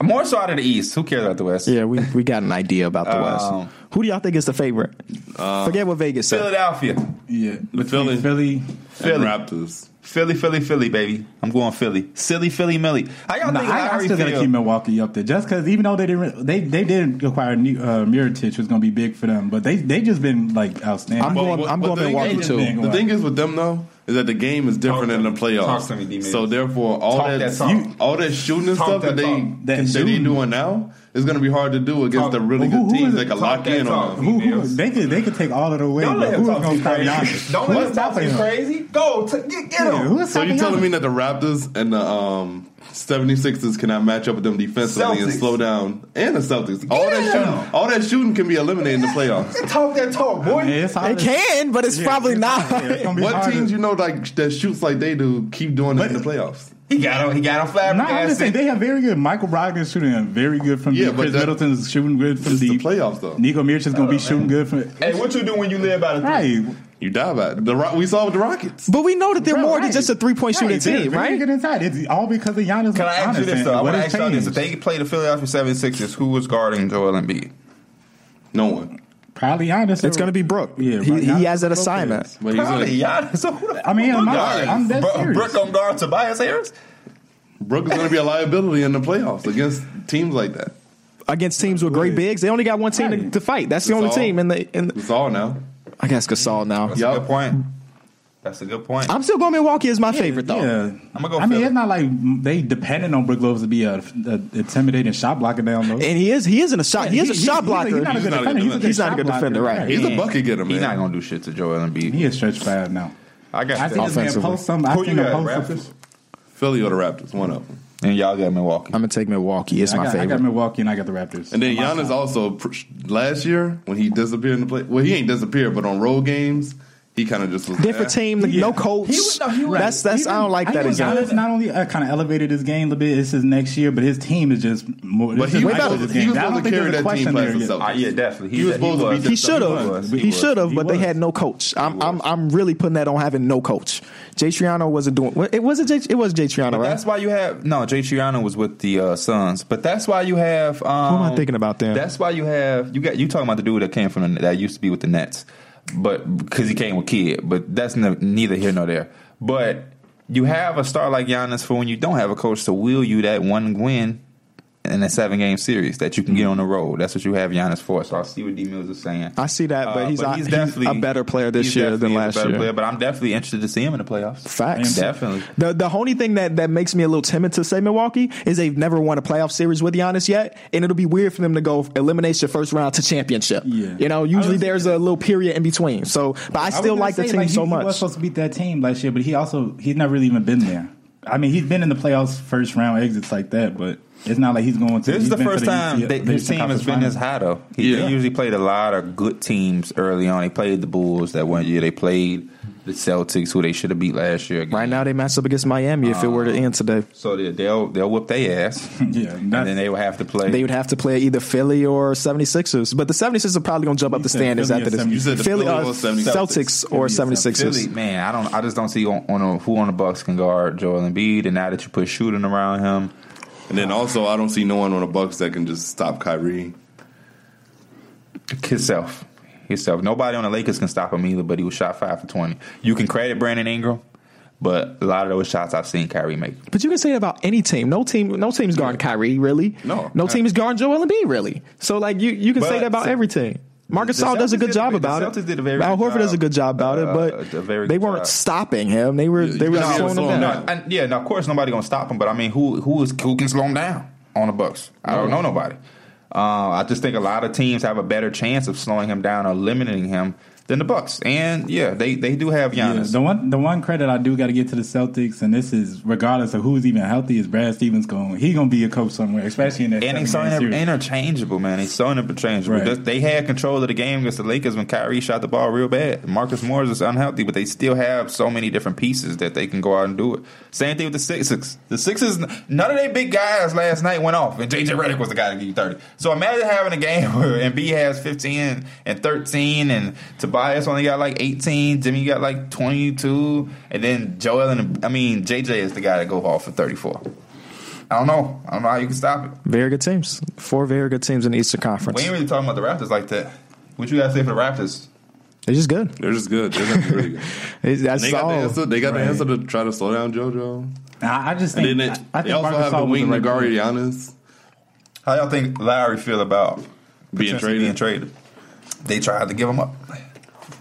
More so out of the East. Who cares about the West?
Yeah, we, we got an idea about the
Um, uh,
West. Who do y'all think is the favorite? Forget what Vegas said.
Philadelphia,
Yeah,
The Philly.
Philly.
Philly.
And Raptors.
Philly, Philly, Philly, baby. I'm going Philly. Silly Philly, Millie. How y'all
Nah,
think
I, I
Larry
still got to
feel?
keep Milwaukee up there, just because even though they didn't, they they did acquire new, uh, Miritich was going to be big for them, but they they just been like outstanding.
I'm going. I'm
but
going
they-
Milwaukee
they-
too.
The thing is with them though is that the game is different
Talk to
in the
me.
playoffs.
Talk to me, D-Maze.
so therefore, all
Talk
that,
that talk.
you- all that shooting and
Talk
stuff
that
that, they
talk.
That
that, they
shooting.
doing now is going to be hard to do against
Talk.
the really
Well, who-
good
who
teams
is
that
it?
can
Talk
lock
that
in
talk.
on them.
Who, who,
Mills.
they could they could take all of it away.
Don't
but
let him
who's
talk
going
to
to
you
stop
crazy.
Giannis?
Don't let him talk
Who's
to
stopping
you
him?
crazy. Go, t- get, get
Yeah,
him.
who's
So
stopping
you telling
Giannis?
me that the Raptors and the um, 76ers cannot match up with them defensively and
Celtics.
slow down, and the Celtics. All that
Yeah.
shooting, all that shooting can be eliminated in the
[LAUGHS]
playoffs.
Talk that talk, boy.
Yeah, it's
They
hard to-
can, but it's probably not. [LAUGHS]
Yeah, it's gonna be
What
hard to-
teams you know like that shoots like they do keep doing it in the playoffs?
He got him. He got him flabbergasted.
No, I'm just saying they have very good. Michael Brogdon shooting and very good from
Yeah,
deep.
but
Chris
that-
Middleton's shooting good from
It's the
deep.
playoffs though. Uh,
Nico Mirich is going to be shooting good from
Hey, what you do when you live by the three?
right.
You die by it. The Ro- we saw with the Rockets.
But we know that they're
Bro,
more than
right.
just a three point shooting
Right, they're
team,
very
right?
Good inside. It's all because of Giannis.
Can I ask you this
Giannis,
though? I
man. What
want to
has
ask y'all this:
changed?
If they played the Philadelphia 76ers, who was guarding Joel Embiid?
No one.
Probably Giannis.
It's going to be Brooke.
Yeah,
he,
right.
he has that
Giannis is
assignment.
But he's
Probably
gonna,
Giannis. [LAUGHS] So who the
I mean,
who
I'm
guard
not-
him?
I'm dead
Bro-
serious.
Brooke on guard Tobias Harris.
Brooke is going to be a liability in the playoffs against teams like that.
against teams with great
Right.
bigs. They only got one team to,
Right.
to fight. That's the only
Gasol.
team. And the, in the,
It's all now.
I guess Gasol now.
That's
Yup.
a good point. That's a good point.
I'm still going Milwaukee as my favorite though.
Yeah,
I'ma go
I mean,
Philly.
it's not like they dependent on Brook Lopez to be a, a intimidating shot blocker down low.
And he is he isn't a shot. he is a
He-
shot
he's a-
blocker.
He's not a good
He's not a
defender.
good
He's not a
shot
good
blocker.
defender, right.
He's a bucket getter,
He's
man.
not gonna do shit to Joel Embiid.
He is stretch five now.
I got
I
that.
think this man
Offensively.
post some. I
Who
seen
you got,
him post
Raptors?
some-
Philly or the Raptors, one of them.
and y'all got Milwaukee.
I'm gonna take Milwaukee. It's
I
my
got, I
favorite.
got Milwaukee and I got the Raptors.
And then Giannis also pr- last year when he disappeared in the play. Well, he ain't disappeared, but on road games, he kind of just was
Different
there.
team, no coach. that's that's I don't like that
think
again.
Giannis not only uh, kind of elevated his game a little bit, it's his next year, but his team is just more.
But
it's
he
just
was
like
supposed
his
to- he
game.
was
I don't
supposed to
think
carry
there's a
that team
question
past
there
the
yet.
Celtics.
Ah, yeah, definitely.
He was supposed to be
He should have.
was.
He,
He was.
should have,
He
but they
was.
had no coach. I'm, I'm I'm really putting that on having no coach. Jay Triano wasn't doing. wa- It wasn't. Jay, it was Jay Triano, right?
That's why you have no. Jay Triano was with the uh, Suns, but that's why you have. Um,
Who am I thinking about then?
That's why you have you got you talking about the dude that came from the, that used to be with the Nets, but because he came with Kid, but that's ne- neither here nor there. But you have a star like Giannis for when you don't have a coach to wheel you that one win in a seven game series that you can get on the road. That's what you have Giannis for. So I see what D Mills is saying.
I see that, but
Uh,
he's, a- he's a better player this
he's
year than
definitely a
last
better
year.
Player, but I'm definitely interested to see him in the playoffs.
Facts.
definitely.
The the only thing that, that makes me a little timid to say Milwaukee is they've never won a playoff series with Giannis yet, and it'll be weird for them to go elimination first round to championship.
Yeah.
You know,
I
usually
was-
there's a little period in between. So, but I
was
still
gonna
like the
say,
team
he-
so
He was
much.
supposed to beat that team last year, but he also he's never really even been there. I mean, he's been in the playoffs, first round exits like that, but it's not like he's going to.
This
he's
is the
been to
first time
UC
they,
the E
this
Eastern
team has
Conference
been this
Finals.
high, though. He,
Yeah.
They usually played a lot of good teams early on. They played the Bulls that one year. They played the Celtics, who they should have beat last year. Again.
Right now, they match up against Miami if it were to
Oh.
end today.
So they, they'll they'll whoop their ass.
Yeah,
and then they will have to play.
They would have to play either Philly or 76ers. But the 76ers are probably going to jump
[LAUGHS]
up the
said
standings
Philly
after
or
this.
76ers. You
said the
Philly,
Philly
uh,
or 76ers.
Celtics or
Philly or
76ers.
Philly, man, I don't. I just don't see on, on a, who on the Bucks can guard Joel Embiid. And now that you put shooting around him,
And then also, I don't see no one on the Bucks that can just stop Kyrie.
himself, himself. Nobody on the Lakers can stop him either. But he was shot five for twenty. You can credit Brandon Ingram, but a lot of those shots I've seen Kyrie make.
But you can say that about any team. No team, no team's guarding Kyrie really.
No.
no team is guarding Joel Embiid really. So like you, you can say
But-
that about every team. Marcus
The
Saul does a
Celtics
good
did a
job
big-
about
the
it.
Celtics did a very
Al
good
Horford does a
job.
good job about
Uh,
it, but
a very
they
good
weren't
job.
stopping him. They were they were
you can't
slowing
slow
him
him
down.
down.
No, and yeah, now of course nobody gonna stop him, but I mean, who who is who can slow him down on the Bucks? I don't know nobody. Uh, I just think a lot of teams have a better chance of slowing him down or limiting him than the Bucks, and yeah, they they do have
Yeah,
Giannis.
the one the one credit I do got to give to the Celtics, and this is regardless of who's even healthy, is Brad Stevens going. He gonna be a coach somewhere, especially in that.
and they so
seven-game
inter-
series.
interchangeable, man. They so interchangeable.
Right.
Just- They had control of the game against the Lakers when Kyrie shot the ball real bad. Marcus Morris is unhealthy, but they still have so many different pieces that they can go out and do it. Same thing with the Sixers. The Sixers, none of their big guys last night went off, and JJ Redick was the guy to give you thirty. So imagine having a game [LAUGHS] where Embiid has fifteen and thirteen, and Tobias only got like eighteen, Jimmy got like twenty-two, and then Joel and I mean JJ is the guy to go off for thirty-four. I don't know. I don't know how you can stop it.
Very good teams. Four very good teams in the Eastern Conference.
We ain't really talking about the Raptors like that. What you guys say for the Raptors?
They're just good.
They're just good. They're gonna be really good.
It's- That's
[LAUGHS] They got the
all.
answer. They got
Right.
the answer to try to slow down JoJo.
I, I just think
Didn't
I, I
it?
think
They also
Marcus
have
Saul
the
was
wing
the right
Nagari
player.
Giannis
How y'all think Lowry feel about
being
potentially
traded.
Being traded? They tried to give him up.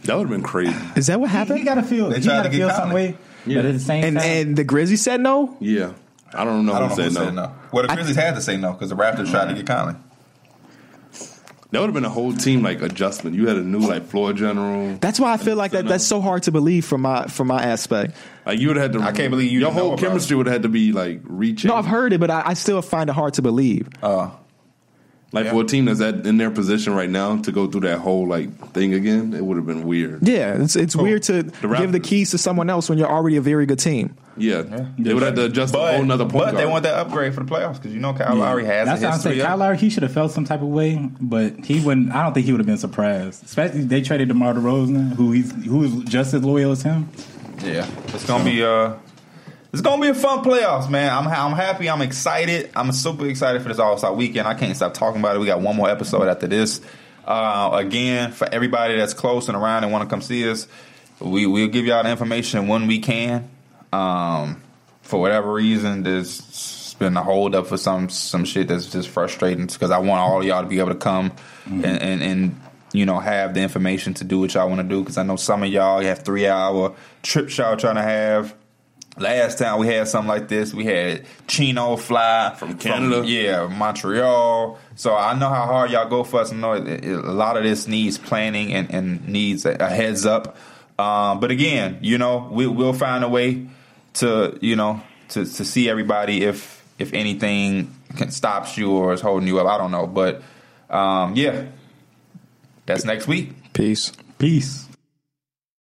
That would have been crazy.
Is that what
He, he
happened?
got to feel.
They
He
tried
got
to get
to feel
Conley.
some way. But at the same
And
time,
and the Grizzlies said no.
Yeah, I don't know
I don't
who
know who
said
said
no.
no. Well, the Grizzlies had to say no because the Raptors tried to get Conley.
That would have been a whole team like adjustment. You had a new like floor general.
That's why I feel like that.
no.
That's so hard to believe from my from my aspect.
Like you would have had to.
I can't believe you
Your
didn't know
whole
about
chemistry would have had to be like reaching.
No, I've heard it, but I, I still find it hard to believe.
Uh,
like for a team that's at, in their position right now to go through that whole like thing again, it would have been weird.
Yeah, it's it's weird to give the
Raptors.
keys to someone else when you're already a very good team.
Yeah, they would have to adjust a
but
whole nother point.
but they
guard.
want that upgrade for the playoffs because you know Kyle Lowry has
That's
a
what I'm
history.
saying.
of-
Kyle Lowry, he should have felt some type of way, but he wouldn't. I don't think he would have been surprised. Especially they traded DeMar DeRozan, who he's who is just as loyal as him.
Yeah, it's gonna be uh it's gonna be a fun playoffs, man. I'm ha- I'm happy. I'm excited. I'm super excited for this All Star Weekend. I can't stop talking about it. We got one more episode after this. Uh, again, for everybody that's close and around and want to come see us, we we'll give y'all the information when we can. Um, for whatever reason, there's been a hold up for some some shit that's just frustrating because I want all y'all to be able to come and, and and you know have the information to do what y'all want to do because I know some of y'all have three hour trips y'all trying to have. Last time we had something like this, we had Chino fly from
Canada.
yeah, Montreal. So I know how hard y'all go for us. I know it- it- a lot of this needs planning and, and needs a, a heads up. Um, but again, you know, we, we'll find a way to, you know, to, to see everybody if if anything can, stops you or is holding you up. I don't know. But um, yeah, that's next week.
Peace.
Peace.